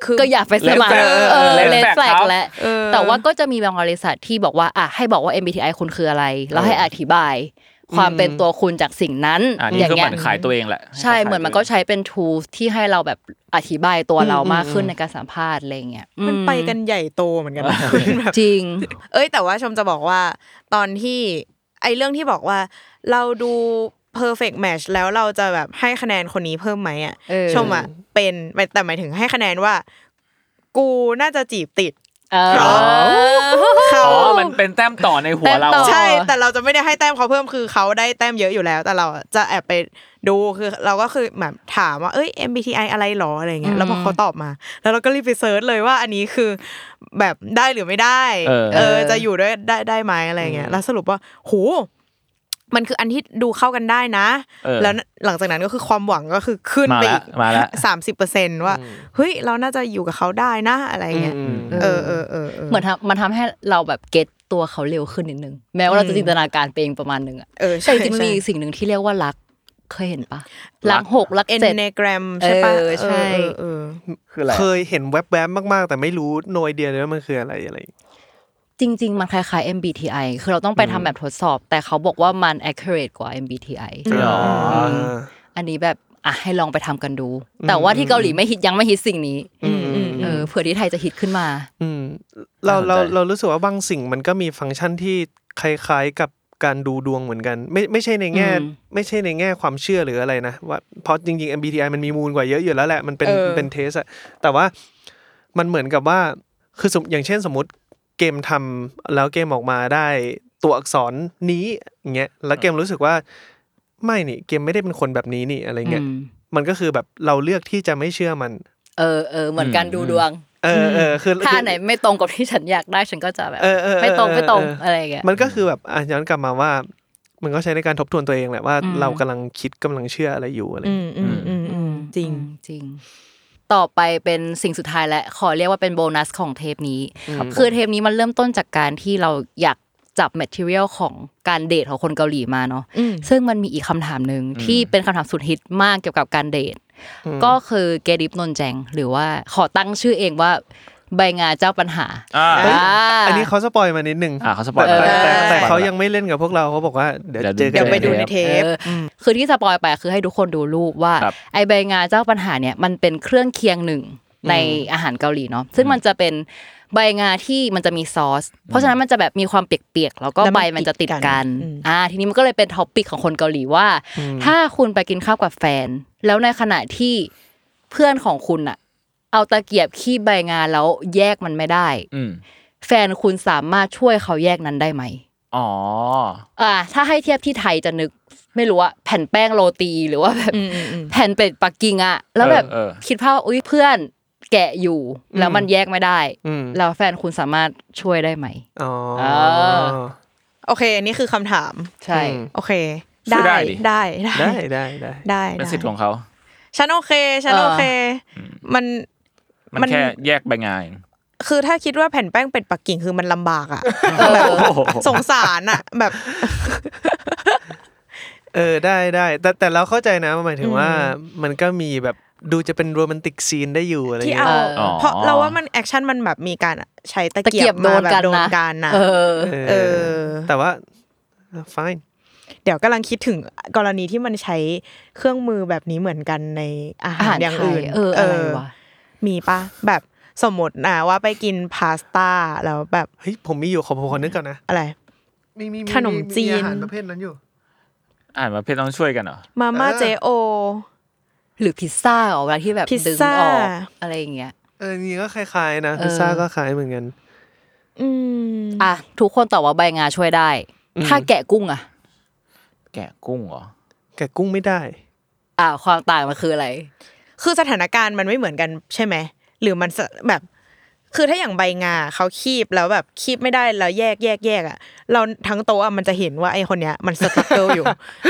คือ ก็อยากไปสมัคร Red flag เออ เออ เลน Red flag แฟลก ครับ และ เออ แต่ว่าก็จะมีบางบริษัทที่บอกว่าอ่ะให้บอกว่า MBTI คุณคืออะไร แล้วให้อธิบาย ความเป็นตัวคุณจากสิ่งนั้น อ่า อ นี่ ย่าง คือเห เงี้ มื ย อนขายตัวเองแหละ ใช่เหมือนมันก็ใช้เป็น tools ที่ให้เราแบบอธิบายตัวเรามากขึ้นในการสัมภาษณ์อะไรเงี้ย มัน อื ไปกันใหญ่โตเหมือนกันนะมันแบบ จริง เอ้ยแต่ว่าชมจะบอกว่าตอนที่ไอ้เรื่องที่บอกว่า เราดู perfect match แล้วเราจะแบบให้คะแนนคนนี้เพิ่มไหมอ่ะ เออ ชมอ่ะเป็นแต่หมายถึงให้คะแนนว่า กูน่าจะจีบติด เออ เพราะ เขา อ๋อมันเป็นแต้มต่อในหัวเรา แต้มต่อ ใช่ แต่เราจะไม่ได้ให้แต้มเขาเพิ่มคือเขาได้แต้มเยอะอยู่แล้ว แต่เราจะแอบไปดูคือเราก็คือแบบถามว่าเอ้ย MBTI อะไรหรออะไรเงี้ยแล้วพอเขาตอบมา แล้วเราก็รีบไปเซิร์ชเลยว่าอันนี้คือแบบได้หรือไม่ได้ เออ เออจะอยู่ด้วยได้ได้ไหมอะไรเงี้ยแล้วสรุปว่าโหมันคืออันที่ดูเข้ากันได้นะ เออ แล้วหลังจากนั้นก็คือความหวังก็คือขึ้นไปอีก มาละ สามสิบเปอร์เซ็นว่าเฮ้ยเราน่าจะอยู่กับเขาได้นะอะไรเงี้ย อืม เออเออเออเออ เหมือนทำมันทำให้เราแบบเก็ตตัวเขาเร็วขึ้นนิดนึง แม้ว่าเราจะ อืม จินตนาการไปเองประมาณนึงอะ เออ แต่ ใช่ จริงๆมัน ใช่ มีสิ่งหนึ่งที่เรียกว่ารักเคยเห็นปะ รั รั ก กหกรัก เอ็น เจ็ด เนแกรมใช่ปะ เออใช่ เออเออ คืออะไร เคยเห็นแวบๆมาก ๆ แต่ไม่รู้โนไอเดียเลยว่ามันคืออะไรอะไรอย่างเงี้ย จริง ๆ มันคล้ายๆ MBTI คือเราต้องไปทำแบบทดสอบ แต่เขาบอกว่ามัน accurate กว่า MBTI อ๋อ อันนี้แบบอ่ะให้ลองไปทำกันดู แต่ว่าที่เกาหลีไม่ฮิตยังไม่ฮิตสิ่งนี้ อืมอืม เอ อืม อเผื่อที่ไทยจะฮิตขึ้นมา อืมเราเรา น่าสนใจ เรารู้สึกว่าบางสิ่งมันก็มีฟังก์ชันที่คล้ายๆกับการดูดวงเหมือนกัน ไม่ไม่ใช่ในแง่ อืม ไม่ใช่ในแง่ความเชื่อหรืออะไรนะว่าเพราะจริงๆ MBTI มันมีมูลกว่าเยอะอยู่แล้วแหละมันเป็นเป็นเทสอะแต่ว่ามันเหมือนกับว่าคือสมอย่างเช่นสมมติเกมทำแล้วเกมออกมาได้ตัวอักษรนี้อย่างเงี้ยแล้วเกมรู้สึกว่าไม่นี่เกมไม่ได้เป็นคนแบบนี้นี่อะไรเงี้ย อืม มันก็คือแบบเราเลือกที่จะไม่เชื่อมัน เออเออเหมือนการดูดวง เออเออคือ ถ้าอันไหนไม่ตรงกับที่ฉันอยากได้ฉันก็จะแบบ เออเออเออ ไม่ตรงไม่ตรง เอออ อะไรอย่างเงี้ย มันก็คือแบบอ่ะย้อนกลับมาว่า มันก็ใช้ในการทบทวนตัวเองแหละว่า อืม เรากำลังคิดกำลังเชื่ออะไรอยู่อะไร อืมอืมอืมอืมจริง อืมจริง ต่อไปเป็นสิ่งสุดท้ายและ ขอเรียกว่าเป็นโบนัสของเทปนี้ คือเทปนี้มันเริ่มต้นจากการที่เราอยากจับแมทเทียลของการเดทของคนเกาหลีมาเนาะ อืม ซึ่งมันมีอีกคำถามหนึ่งที่เป็นคำถามสุดฮิตมากเกี่ยวกับการเดท ก็คือเกดิบนนแจง หรือว่าขอตั้งชื่อเองว่าใบงาเจ้าปัญหา อ่า เฮ้ย อ่า อันนี้เขาสปอยมานิดนึง อ่าเขาสปอย แต มา แต่ เออ แต่เขายังไม่เล่นกับพวกเราเขาบอกว่าเดี๋ยวเจอกัน เดี๋ยวไปดูใน ใน เทป เอออคือที่สปอยไปคือให้ทุกคนดูรูปว่า ครับ ไอใบงาเจ้าปัญหาเนี่ยมันเป็นเครื่องเคียงหนึ่งในอาหารเกาหลีเนาะซึ่งมันจะเป็นใบงาที่มันจะมีซอส เพราะฉะนั้นมันจะแบบมีความเปียกๆแล้วก็ แล้วมั ใบ น มันจะติด ติดกั กัน นอ่าทีนี้มันก็เลยเป็นท็อปปิกของคนเกาหลีว่า ถ้าคุณไปกินข้าวกับแฟน แล้วในขณะที่เพื่อนของคุณอะเอาตะเกียบขี้ใบงาแล้วแยกมันไม่ได้ อืม แฟนคุณสามารถช่วยเขาแยกนั้นได้ไหม อ๋อ อ่าถ้าให้เทียบที่ไทยจะนึกไม่รู้ว่าแผ่นแป้งโรตีหรือว่าแบบ อืมอืมอืม แผ่นเป็ดปักกิ่งอะแล้วแบบ เออเออ คิดภาพว่าอุ้ยเพื่อนแกะอยู่ แล้วมันแยกไม่ได้ อืม แล้วแฟนคุณสามารถช่วยได้ไหม อ๋อ เอ โอเคอันนี่คือคำถาม ใช่ โอเค คือได้ ได้ ดิ ได้ได้ ได้ได้ได้ ได้ เป็นสิทธิ์ ได้ ของเขา ฉันโอเคฉันโอเค มัน มัน มัน แค่แยกใบงาน คือถ้าคิดว่าแผ่นแป้งเป็ดปักกิ่งคือมันลำบากอ่ะแบบสงสารอ่ะ แบบ เออได้ได้แต่แต่เราเข้าใจนะหมายถึงว่ามันก็มีแบบดูจะเป็นโรแมนติกซีนได้อยู่อะไร ที่ เงี้ย เอา อ๋อ เพราะเราว่ามันแอคชั่นมันแบบมีการใช้ตะ ตะ เกี เกียยบบ มา โด แบนบกัน โดน นะ กันนะ เออ เออ แต่ว่า fine เดี๋ยวกำลังคิดถึงกรณีที่มันใช้เครื่องมือแบบนี้เหมือนกันในอา อา หา หาร ร อย่าง ไทย อื่น เอออะไรวะ มีปะแบบสมมตินะว่าไปกินพาสต้าแล้วแบบ เฮ้ยผมมีอยู่ขอผมขอนึกก่อนนะ อะไร มีมี ขนมจีน อาหารประเภทนั้นอยู่ อ่านมาเพื่อต้องช่วยกันเหรอ มาม่า เออ เจโอ หรือพิซซ่าเหรอเวลาที่แบบ พิซ ดึง ซ่า ออกอะไรอย่างเงี้ย เออนี่ก็คล้ายๆนะ เออ พิซซ่าก็คล้ายเหมือนกัน อืม อ่ะทุกคนตอบว่าใบงาช่วยได้ ถ้าแกะกุ้งอะ แกะกุ้งเหรอ แกะกุ้งไม่ได้ อ่ะความต่างมันคืออะไร คือสถานการณ์มันไม่เหมือนกันใช่ไหม หรือมันสแบบ คือถ้าอย่างใบงาเขาคีบแล้วแบบคีบไม่ได้แล้วแยกแยกแยกอ่ะ เราทั้งโต๊ะอะมันจะเห็นว่าไอคนเนี้ยมันสตรัคเกิลอยู่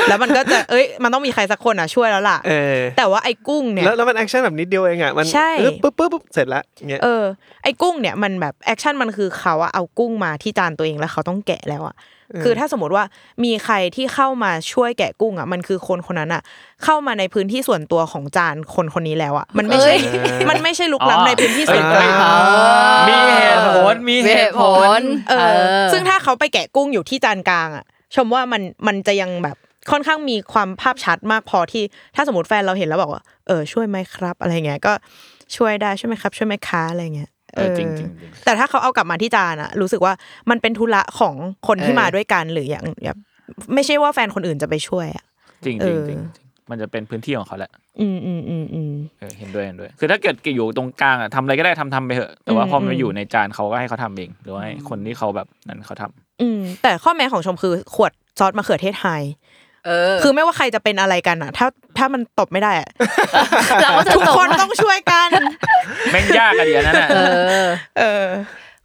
แล้วมันก็จะเอ้ยมันต้องมีใครสักคนอ่ะช่วยแล้วล่ะ เออ แต่ว่าไอกุ้งเนี่ย แล้วแล้วมันแอคชั่นแบบนิดเดียวเองอ่ะ มัน ใช่ ปึ๊บปึ๊บปึ๊บปึ๊บเสร็จละเงี้ย เออไอ้กุ้งเนี่ยมันแบบแอคชั่นมันคือเขาอะเอากุ้งมาที่จานตัวเองแล้วเขาต้องแกะแล้วอะ คือถ้าสมมติว่ามีใครที่เข้ามาช่วยแกะกุ้งอ่ะมันคือคนคนนั้นอ่ะ เข้ามาในพื้นที่ส่วนตัวของจานคนคนนี้แล้วอ่ะมันไม่ใช่ เอ้ย มันไม่ใช่ลุกล้ำในพื้นที่ส่วนตัว เอ้ย มีเหตุผลมีเหตุผล เออ เออ ซึ่งถ้าเขาไปแกะกุ้งอยู่ที่จานกลางอ่ะ ชมว่ามันมันจะยังแบบค่อนข้างมีความภาพชัดมากพอที่ถ้าสมมติแฟนเราเห็นแล้วบอกว่าเออช่วยไหมครับอะไรเงี้ยก็ช่วยได้ช่วยไหมครับ ช่วยไหมค้าอะไรเงี้ย เออจริงจริง แต่ถ้าเขาเอากลับมาที่จานอ่ะ รู้สึกว่ามันเป็นธุระของคนที่ เออ มาด้วยกันหรืออย่างแบบไม่ใช่ว่าแฟนคนอื่นจะไปช่วยอ่ะ จริง เอ จริง อ จริงมันจะเป็นพื้นที่ของเขาแหละ อืมอืมอืมอืม เออเห็นด้วยเห็นด้วย คือถ้าเกิดอยู่ตรงกลางอะทำอะไรก็ได้ทำทำไปเถอะ แต่ว่า อืม พอมา อืม อยู่ในจานเขาก็ให้เขาทำเอง หรือว่าให้คนที่เขาแบบนั้นเขาทำ อืมแต่ข้อแม้ของชมคือขวดซอสมะเขือเทศไฮ เออ คือไม่ว่าใครจะเป็นอะไรกันอ่ะ ถ้าถ้ามันตบไม่ได้อะ (laughs) เราก็จะ ทุก ตก คนต้องช่วย (laughs) กัน แม่งยากอะเดียวนั้นอะ เออ เออ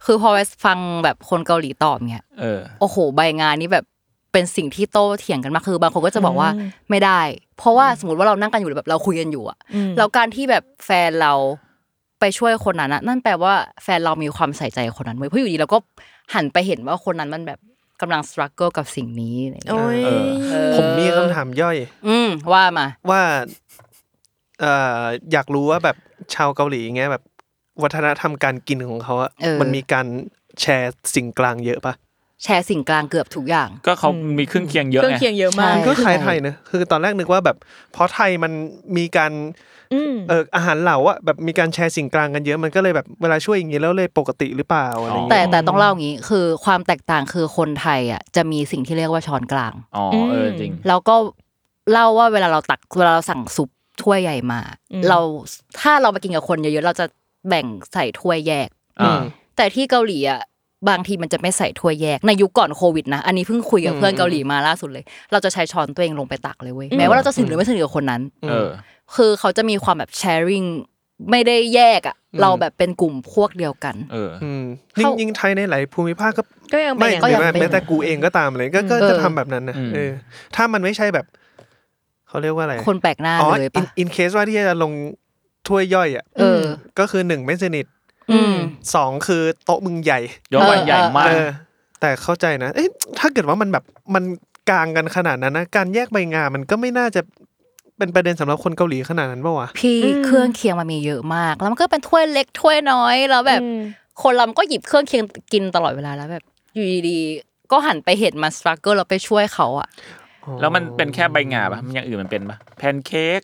คือพอไปฟังแบบคนเกาหลีตอบเนี่ย เออ โอ้โห ใบงานนี้แบบเป็นสิ่งที่โต้เถียงกันมากคือบางคนก็จะบอกว่าไม่ได้ เพราะว่าสมมติว่าเรานั่งกันอยู่หรือแบบเราคุยกันอยู่อะ อืม แล้วการที่แบบแฟนเราไปช่วยคนนั้นอะนั่นแปลว่าแฟนเรามีความใส่ใจคนนั้นเว้ยเพราะอยู่ดีเราก็หันไปเห็นว่าคนนั้นมันแบบกำลังสครัลเกิลกับสิ่งนี้อะไรอย่างเงี้ย โอ้ย เออ เออ ผมมีคำถามย่อย อืมว่ามา ว่าเอ่ออยากรู้ว่าแบบชาวเกาหลีเงี้ยแบบวัฒนธรรมการกินของเขาอะ เออ มันมีการแชร์สิ่งกลางเยอะปะ แชร์สิ่งกลางเกือบทุกอย่าง ก็เขามีเครื่องเคียงเยอะ เครื่อง ไง เคียงเยอะมาก ใช่ มันก็คล้ายไทยเนอะคือตอนแรกนึกว่าแบบเพราะไทยมันมีการ อืม เอออาหารเหล่าอะแบบมีการแชร์สิ่งกลางกันเยอะมันก็เลยแบบเวลาช่วยอย่างนี้แล้วเลยปกติหรือเปล่าอะไรอย่าง แต่ เงี้ย แต่ต้องเล่าอย่างงี้คือความแตกต่างคือคนไทยอะจะมีสิ่งที่เรียกว่าช้อนกลาง อ๋อเออจริง แล้วก็เล่าว่าเวลาเราตักเวลาเราสั่งซุปถ้วยใหญ่มา เราถ้าเราไปกินกับคนเยอะๆเราจะแบ่งใส่ถ้วยแยก อืม แต่ที่เกาหลีอ่ะบางทีมันจะไม่ใส่ถ้วยแยกในยุคก่อนโควิดนะอันนี้เพิ่งคุยกับ อืม เพื่อนเกาหลีมาล่าสุดเลย เราจะใช้ช้อนตัวเองลงไปตักเลยเว้ยแม้ว่าเราจะสนิทหรือไม่สนิทกับคนนั้น เออ คือเขาจะมีความแบบแชร์ริงไม่ได้แยกอ่ะเราแบบเป็นกลุ่มพวกเดียวกัน เออ อืม เข้ายิ่ ยิ่งๆไทยในหลายภูมิภาคก็ ก็ยังเป็น ไม่ อย่าง ก็ ก็ ยั ยัง ง เป็น แม้แต่กูเองก็ตามเลยก็ก็ก็ทำแบบนั้นนะ อืม เออ ถ้ามันไม่ใช่แบบ เขาเรียกว่าอะไร คนแปลกหน้า อ๋อ เลย อิ ปะ นอินเคสว่าที่จะลงถ้วยย่อยอ่ะ เออ ก็คือหนึ่งไม่สนิท อืม สองคือโต๊ะมึงใหญ่ ยกวันใหญ่มาก เออ แต่เข้าใจนะ เอ๊ะถ้าเกิดว่ามันแบบมันกลางกันขนาดนั้นนะการแยกใบงามันก็ไม่น่าจะเป็นประเด็นสำหรับคนเกาหลีขนาดนั้นปะวะ พี่เครื่องเคียงมันมีเยอะมาก แล้วมันก็เป็นถ้วยเล็กถ้วยน้อยแล้วแบบ คนเรามันก็หยิบเครื่องเคียงกินตลอดเวลาแล้วแบบ อยู่ดีๆก็หันไปเห็นมันสตรั g เกิลเราไปช่วยเขาอะ แล้วมันเป็นแค่ใบหงาปะมันอย่างอื่นมันเป็นปะแพนเค้ก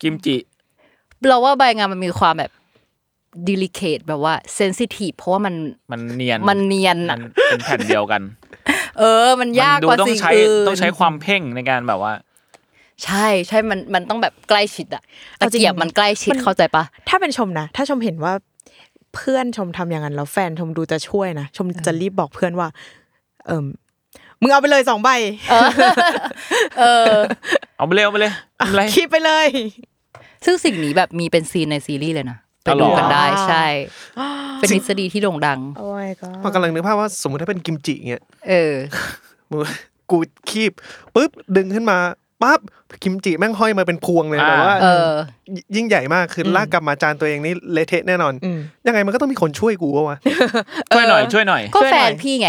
กิมจิ เราว่าใบงานมันมีความแบบดิลิเคทแบบว่าเซนซิทีฟเพราะว่ามัน มันเนียน มันเนียน มั อะ นเป็นแผ่นเดียวกัน เออ มันยาก มันดู กว่า ต้อง สิ่ง ใช้ อื่น ต้องใช้ความเพ่งในการแบบว่า ใช่ใช่มันมันต้องแบบใกล้ชิดอะตะเกียบมันใกล้ชิดเข้าใจปะ ถ้าเป็นชมนะ ถ้าชมเห็นว่า เพื่อนชมทำอย่างนั้นแล้วแฟนชมดูจะช่วยนะ ชมจะรีบบอกเพื่อนว่า เอิมมึงเอาไปเลยสองใบ เออเออ เอาไปเร็วไปเลยอะไร คีบไปเลย ซึ่งสิ่งนี้แบบมีเป็นซีนในซีรีส์เลยนะไปดูกันได้ อ๋อ (gasps) ใช่ เป็นทฤษฎีที่โด่งดัง โอ้ยก็ พอกำลังนึกภาพว่าสมมติถ้าเป็นกิมจิเงี้ย เออ มึงกูคีบปุ๊บดึงขึ้นมาปั๊บกิมจิแม่งห้อยมาเป็นพวงเลย อ่า แบบว่า เออ ยิยิ่งใหญ่มากคือลากกลับมาจานตัวเองนี่เละเทะแน่นอน อืม ยังไงมันก็ต้องมีคนช่วยกูวะวะ ช่วยหน่อยช่วยหน่อย ก็ ช่วยหน่อย แฟนพี่ไง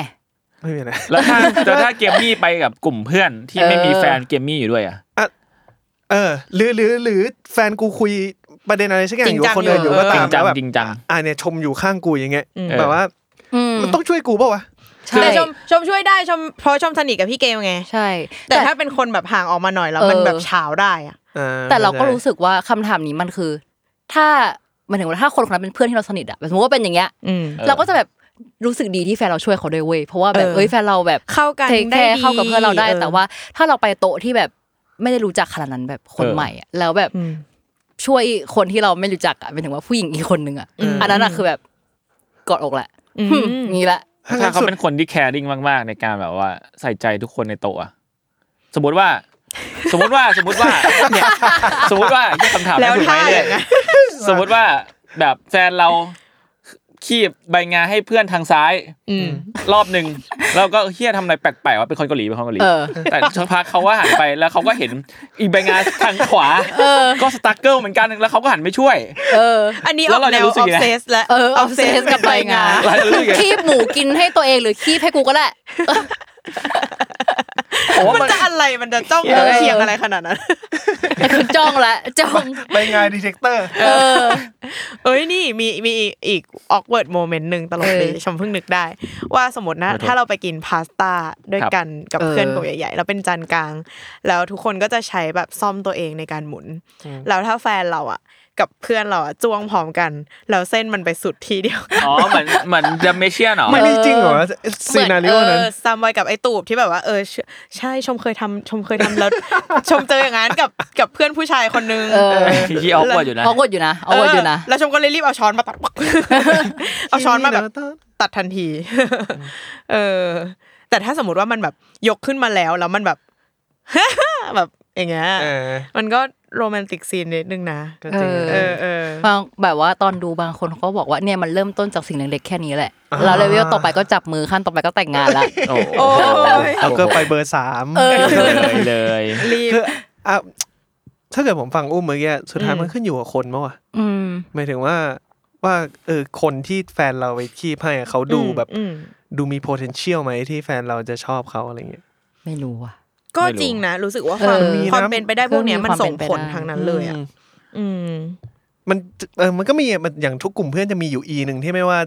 ไม่มีอะไร แล้วถ้าแต่ถ้าเกมมี่ไปกับกลุ่มเพื่อนที่ไม่มีแฟนเกมมี่อยู่ด้วยอ่ะ เออ หรือหรือหรือแฟนกูคุยประเด็นอะไรสักอย่างอยู่ จริงจัง คนเดินอยู่ก็ เออ ตามแล้วแบบ จริงจัง อ่าเนี่ยชมอยู่ข้างกูอย่างเงี้ย อืม แบบว่า อืม มันต้องช่วยกูเปล่าวะ ใช่ แต่ชมชมช่วยได้ชมเพราะชมสนิทกับพี่เกมไง ใช่ แต่ถ้าเป็นคนแบบห่างออกมาหน่อยแล้วมัน เออ แบบเฉาวได้อ่ะ อ่ แต่เราก็รู้สึกว่าคำถามนี้มันคือ ถ้าหมันถึงว่าถ้าคนคนนั้นเป็นเพื่อนที่เราสนิทอะสมมติว่าเป็นอย่างเงี้ย อืม เราก็จะแบบรู้สึกดีที่แฟนเราช่วยเขาด้วยเว้ยเพราะว่าแบบ เออ เอ้ยแฟนเราแบบ เข้ากัน เทค ได้ แคร์ ดี เข้ากับเพื่อนเราได้ ออ แต่ว่าถ้าเราไปโต๊ะที่แบบไม่ได้รู้จักขนาดนั้นแบบคน เออ ใหม่อะแล้วแบบ อืม ช่วยคนที่เราไม่รู้จักอะเป็นถึงว่าผู้หญิงอีกคนนึงอะอันนั้นอะคือแบบกอดอกแหละ อืม หึงี้ละ ถ้า ถ้า งั้น เขา สุด เป็นคนที่แคร์ริ่งมากๆ ในการแบบว่าใส่ใจทุกคนในโต๊ะอะสมมติว่า สมมติว่าสมมติว่าเนี่ยสมมติว่าแค่คำถาม แล้ว ไม่ถูก ถ้า ไหม อ เลย ย่างนั้น สมมติว่าแบบแฟนเราคีบใบงาให้เพื่อนทางซ้าย อืม รอบหนึ่งเราก็เฮียทำอะไรแปลกๆว่าเป็นคนเกาหลีเป็นคนเกาหลี เอ (laughs) อ แต่ชักพักเขาว่าหันไปแล้วเขาก็เห็นอีใบงาทางขวาก็สตั๊กเกิลเหมือนกันแล้วเขาก็หันไม่ช่วย เออ อันนี้อ แล้ อ ว ก เรา แน จะ ว รู้ อ สึก อฟ ยังไง เซสและ เออ obsessed กับใบงา เราจะรู้สึกยังไง คีบหมูกินให้ตัวเองหรือคีบให้กูก็ได้ ผมว่า มั มัน น จะอะไรมันจะจ้อง เออ เคียงอะไรขนาดนั้น แต่คือจ้องละจ้อง ไปงานดีเทคเตอร์ เออ เอ้ยนี่มีมีอีกอีกออกเวิร์ดโมเมนต์หนึ่งตลกดี เออ ชมเพิ่งนึกได้ ว่าสมมตินะ ครับ ถ้าเราไปกินพาสต้าด้วยกันกับ เออ เพื่อนกลุ่มใหญ่ๆ แล้วเป็นจานกลาง แล้วทุกคนก็จะใช้แบบซ่อมตัวเองในการหมุน แล้วถ้าแฟนเราอ่ะ กับเพื่อนเราอ่ะจ้วงพร้อมกัน แล้วเส้นมันไปสุดทีเดียว (laughs) อ๋อเหมือนเหมือนดัมเมเชียนเหรอ มันมีจริงเหรอซีนารีโอนั้น เออซ้ำไว้กับไอ้ตูบที่แบบว่าเออใช่ใช่ชมเคยทำชมเคยทำแล้ว (laughs) ชมเจออย่างนั้นกับกับเพื่อนผู้ชายคนนึง เออ ที่ออกกว่าอยู่นะ เอากดอยู่นะเอากดอยู่นะ เแล้วชมก็ (laughs) เลยรีบเอาช้อนมาตัด เอาช้อนมาแบบตัดทันที เออ แต่ถ้าสมมติว่ามันแบบยกขึ้นมาแล้วแล้วมันแบบ (laughs) แบบอย่างเงี้ย เออ มันก็โรแมนติกซีนนิดนึงนะ ก็จริง เอ นะ อเออบ างแบบว่าตอนดูบางคนเขาก็บอกว่าเนี่ยมันเริ่มต้นจากสิ่งเล็กๆแค่นี้แหละ อ่า แล้วเลเวลต่อไปก็จับมือขั้นต่อไปก็แต่งงานละ โอ้โห โอ้ย แล้วก็ไปเบอร์สาม เลยเลย รีบ คืออ่ะถ้าเกิดผมฟังอุ้มเมื่อกี้สุดท้าย อืม มันขึ้นอยู่กับคนมั้งวะ อืม หมายถึงว่าว่าเออคนที่แฟนเราไปขี้ให้อะเขาดูแบบ อืม ดูมี potential ไหมที่แฟนเราจะชอบเขาอะไรเงี้ย ไม่รู้อ่ะ ก็ ไม่รู้ จริงนะรู้สึกว่าความ เออ ความเป็นไปได้พวกเนี้ย มี มัน ความ ส่ง เป็นไป ผล ได้ ทางนั้นเลยอ่ะอืม มันเออมันก็มีอะมันอย่างทุกกลุ่มเพื่อนจะมีอยู่อีหนึ่งที่ไม่ว่า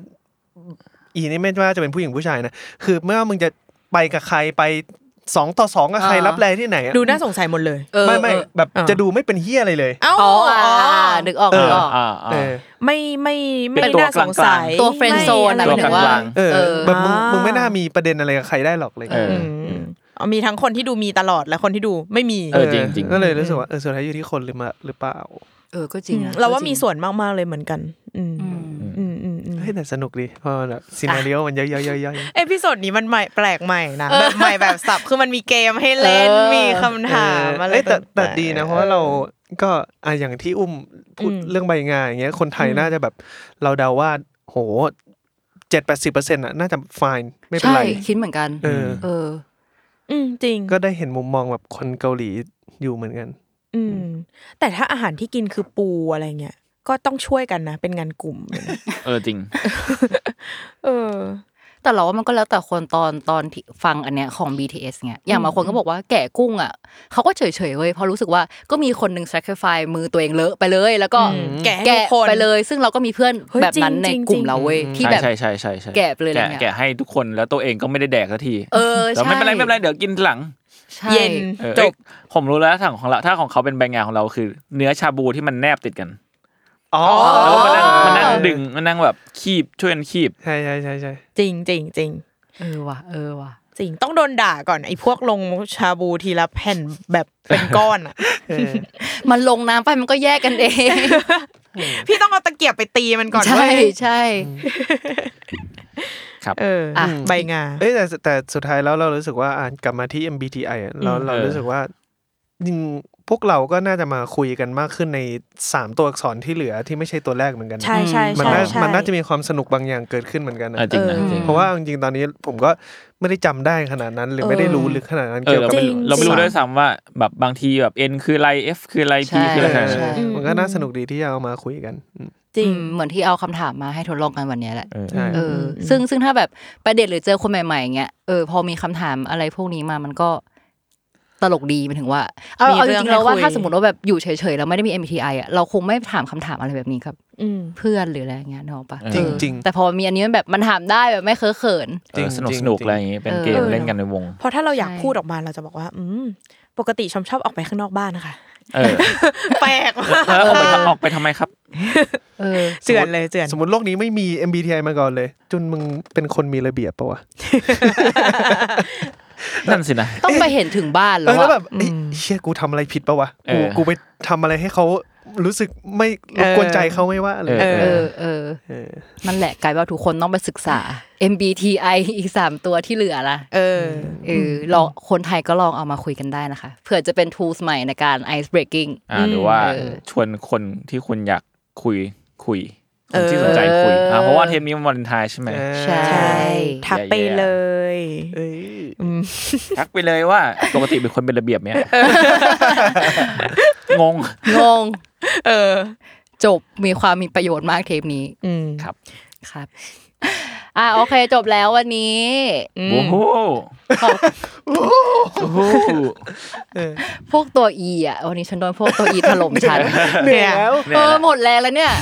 อีนี่ไม่ว่าจะเป็นผู้หญิงผู้ชายนะคือไม่ว่ามึงจะไปกับใครไปสองต่อสองกับใคร อ่ารั รับแรงที่ไหนอะ ดูน่าสงสัยหมดเลย เออ ไม่ไม่ เออ แบบ อ่า จะดูไม่เป็นเฮียอะไรเลย เอ้า อ๋ออ่า อ๋อ นึกออก เอ นึ อ กออก อ่าอ่า เออ ไม่ไม่ไม่ เป็นตัว น่าสงสัย กลาง ตัว friend ไม่ zone อะ ตัว หมาย ก ถึงว่า ลาง เออ เออ แบบมึง อ่ามึ มึงไม่น่ามีประเด็นอะไรกับใครได้หรอกเลย ๆเออ อืมเอามีทั้งคนที่ดูมีตลอดและคนที่ดูไม่มี เออจริงจริง ก็เลยรู้สึกว่าเออสุดท้ายอยู่ที่คนหรือมาหรือเปล่า เออก็จริงนะ เราว่า ก็จง มีส่วนมากๆเลยเหมือนกัน อืม อืม อืมอืมอืม เฮ้ยแต่สนุกดีเพราะแบบซีนารีโอมันเยอะๆๆ เอพิโซดนี้มันใหม่แปลกใหม่นะแบบใหม่แบบสับคือมันมีเกมให้เล่น เออ มีคำ ๆ ถาม เออ อะไร เอ้ยแต่แต่ งๆ ดีนะเพราะว่าเราก็อ่ะอย่างที่อุ้มพูด อืม เรื่องใบงานอย่างเงี้ยคนไทยน่าจะแบบเราเดาว่าโหเจ็ดแปดสิบเปอร์เซ็นต์อ่ะน่าจะ fine ไม่เป็น ใช่ ไร คิดเหมือนกัน เออ เออ อืมจริง ก็ได้เห็นมุมมองแบบคนเกาหลีอยู่เหมือนกัน อืมแต่ถ้าอาหารที่กินคือปูอะไรเงี้ยก็ต้องช่วยกันนะ เป็นงานกลุ่มเลยนะ เออจริง เออ แต่เราว่ามันก็แล้วแต่คนตอนตอนที่ฟังอันเนี้ยของ BTS เนี่ยอย่างบางคนก็บอกว่าแกะกุ้งอ่ะเขาก็เฉยเฉยๆเว้ยเพราะรู้สึกว่าก็มีคนหนึ่ง sacrifice มือตัวเองเลอะไปเลย แล้วก็ อืมแกะให้ทุกคน ไปเลย ซึ่งเราก็มีเพื่อน เฮ้ย แบบนั้น จริงๆ ในกลุ่ม จริงๆ เราเว้ยที่ ใช่ แบบ ใช่ใช่ใช่ใช่ แกะไปเลยอะไร แกะ เงี้ย แกะให้ทุกคนแล้วตัวเองก็ไม่ได้แดกสักที เออ แต่ ใช่ ไม่เป็นไรไม่เป็นไรเดี๋ยวกินหลัง ใช่ เย็น เออ จ เอ้ย บ ผมรู้แล้วถังของเราถ้าของเขาเป็นใบงานของเราคือ เนื้อชาบูที่มันแนบติดกัน อ๋อ แล้วมันนั่งมันนั่งดึงมันนั่งแบบคีบช่วยกันคีบ ใช่ใช่ใช่ใช่ จริงจริงจริง เออว่ะเออว่ะ จริงต้องโดนด่าก่อนไอ้พวกลงชาบูทีละแผ่นแบบเป็นก้อนอ่ะ เออ มันลงน้ำไปมันก็แยกกันเอง พี่ต้องเอาตะเกียบไปตีมันก่อน ใช่ เว้ย ใช่ เออ อ่ะ ใบงา เอ้ยแต่สแต่สุดท้ายแล้วเรารู้สึกว่าอ่านกลับมาที่ MBTI อะเรา อืม เรา เออ รู้สึกว่าจริงพวกเราก็น่าจะมาคุยกันมากขึ้นในสามตัวอักษรที่เหลือที่ไม่ใช่ตัวแรกเหมือนกันนะ ใช่ใช่ มัน ใช่ น่า ใช่ มันน่าจะมีความสนุกบางอย่างเกิดขึ้นเหมือนกันนะ เออจริงนะ เออ จริง เพราะว่าจริงๆตอนนี้ผมก็ไม่ได้จำได้ขนาดนั้น หรือไม่ได้รู้ลึกขนาดนั้น เอ เกี่ อ ยว เรา กับ ไม่ จริง รู้เราไม่รู้ด้วยซ้ำว่าแบบบางทีแบบ N คืออะไร F คืออะไร P คืออะไร ใช่ ขนาดนั้น เออ ใช่ มันก็น่าสนุกดีที่จะเอามาคุยกันอืม จริง เหมือนที่เอาคำถามมาให้ทดลองกันวันเนี้ยแหละ ใช่ เอออซึ่งซึ่งถ้าแบบไปเดทหรือเจอคนใหม่ๆเงี้ยเออพอมีคำถามอะไรพวกนี้มามันก็ตลกดีหมันถึงว่าเอา มี เอา เรื่ จ อง ริงๆแล้วว่า ให้คุย ถ้าสมมติว่าแบบอยู่เฉยๆแล้วไม่ได้มี MBTI อ่ะเราคงไม่ถามคำถามอะไรแบบนี้กับ อืม เพื่อนหรืออะไรเงี้ยนึกออกปะ เออ จริงจริง แต่พอมีอันนี้มันแบบมันถามได้แบบไม่เคอะเขิน จริงสนุก จริง สนุก จริง อะไรอย่างงี้เป็น เออ เกมเล่นกันในวง เพราะถ้าเราอยาก ใช่ พูดออกมาเราจะบอกว่า อืม ปกติชมชอบออกไปข้างนอกบ้านนะคะ เออ แปลกมาก แล้วออกไปทำออกไปทำไมครับ เออ เจือนเลยเจือน สมมติโลกนี้ไม่มี MBTI มาก่อนเลย จนมึงเป็นคนมีระเบียบปะวะ นั่นสินะ ต้องไปเห็นถึงบ้าน เอ แล้ อ ว แล้ว อะ แบบเอ้ยเชี่ยกูทำอะไรผิดปะวะกู เออ กูไปทำอะไรให้เขารู้สึกไม่รบกวนใจเขาไม่ว่าอะไร เออ เออเออ เออ นั่นแหละกลายว่าทุกคนต้องไปศึกษา MBTI อีกสามตัวที่เหลือละ เออ เออลองคนไทยก็ลองเอามาคุยกันได้นะคะ เผื่อจะเป็น tools ใหม่ในการ ice breaking อ่าหรือว่า เออ ชวนคนที่คุณอยากคุยคุยค เอนอ ที่สนใจคุย เอออ่ อ่าเพราะว่าเทปนี้มันวันไทายใช่ไหม ใช่ ใช่ ทักไป แย่ๆ เลย เอ้ย อืม ทักไปเลยว่า ปกติเป็นคนเป็นระเบียบเนี่ยงง งง เออ จบมีความมีประโยชน์มากเทปนี้ อืม ครับ ครับ อ่ะโอเคจบแล้ววันนี้ อื โอ้ ม โหโอ้โห พวกตัวอีอ่ะวันนี้ฉันโดนพวกตัวอีถล่มฉัน (laughs) เหนื่อยแล้ว เนี่ย เออ นะ หมดแรงแล้วเนี่ย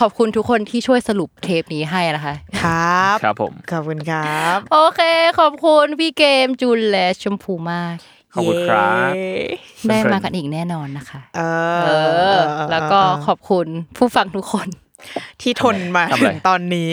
ขอบคุณทุกคนที่ช่วยสรุปเทปนี้ให้นะคะ ครับ ครับผม ขอบคุณครับ โอเค ขอบคุณพี่เกมจุนและชมพูมาก ขอบคุณครับ เย้ ได้มากันอีกแน่นอนนะคะ เอ เอ อ อ แล้วก็ข เออ อบคุณผู้ฟังทุกคน ที่ทนมา ทำอะไร ถึงตอนนี้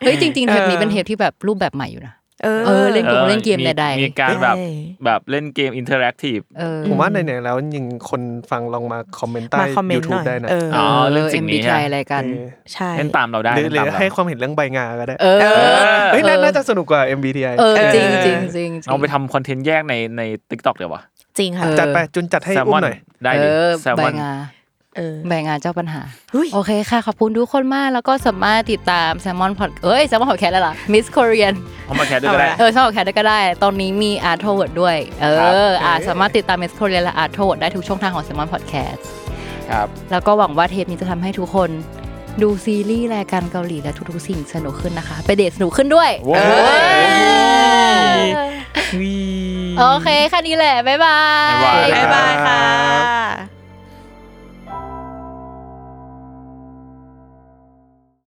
เฮ้ยจริงๆ เออ เทปนี้เป็นเทปที่แบบรูปแบบใหม่อยู่นะ เออ เออเล่น กมกม มี ใดๆ มีการแบบ ใช่ แบบเล่นเกมอินเทอร์แอคทีฟ เออ ผมว่าไหนๆแล้วยิงคนฟังลองมาคอมเมนต์ใต้ มาคอมเมน YouTube ต์หน่อย ได้นะ เออ อ๋อ เรื่ เรื่องเอ็สิ่ง ม นี้ บี ฮะ ไอะไรกัน เออ ใช่ เล่นตามเราได้ หรือห เล่น รื ตาม อ เรา ให้ความเห็นเรื่องใบงาก็ได้ เออ เออ เฮ้ยน่า เออ น่าจะสนุกกว่า MBTI เออจริง เออ จริงจริงจริง เอาไปทำคอนเทนต์แยกในในทิกตอกเดี๋ยววะ จริงค่ะ เออ จัดไปจุนจัดให้ แซล อุ้ ม ม อน หน่อย ได้ เอ ดิ อ แซล ใบ มอน งา เออ ใบงาเจ้าปัญหา เฮ้ย โอเคค่ะ ขอบคุณทุกคนมาก แล้วก็สามารถติดตามแซมมอนพอดเอ้ยแซมมอนพอดแคสต์แล้วล่ะมิส s ค o เรียน เพราะมาแคสด้วยก็ได้ เออชอบแคทก็ได้ ตอนนี้มีอาร์ทเวิร์ดด้วย เอ ครับ ออ่าสามารถติดตามเมสโคเรียและอาร์ทเวิร์ดได้ทุกช่องทางของ s ซมอนพอดแคสต์ ครับ แล้วก็หวังว่าเทปนี้จะทำให้ทุกคนดูซีรีส์รายการเกาหลีและทุกๆสิ่งสนุกขึ้นนะคะ ไปเดทสนุกขึ้นด้วย ว้าว เออโอเคแค่นี้แหละ บ๊ายบาย บ๊ายบายค่ะ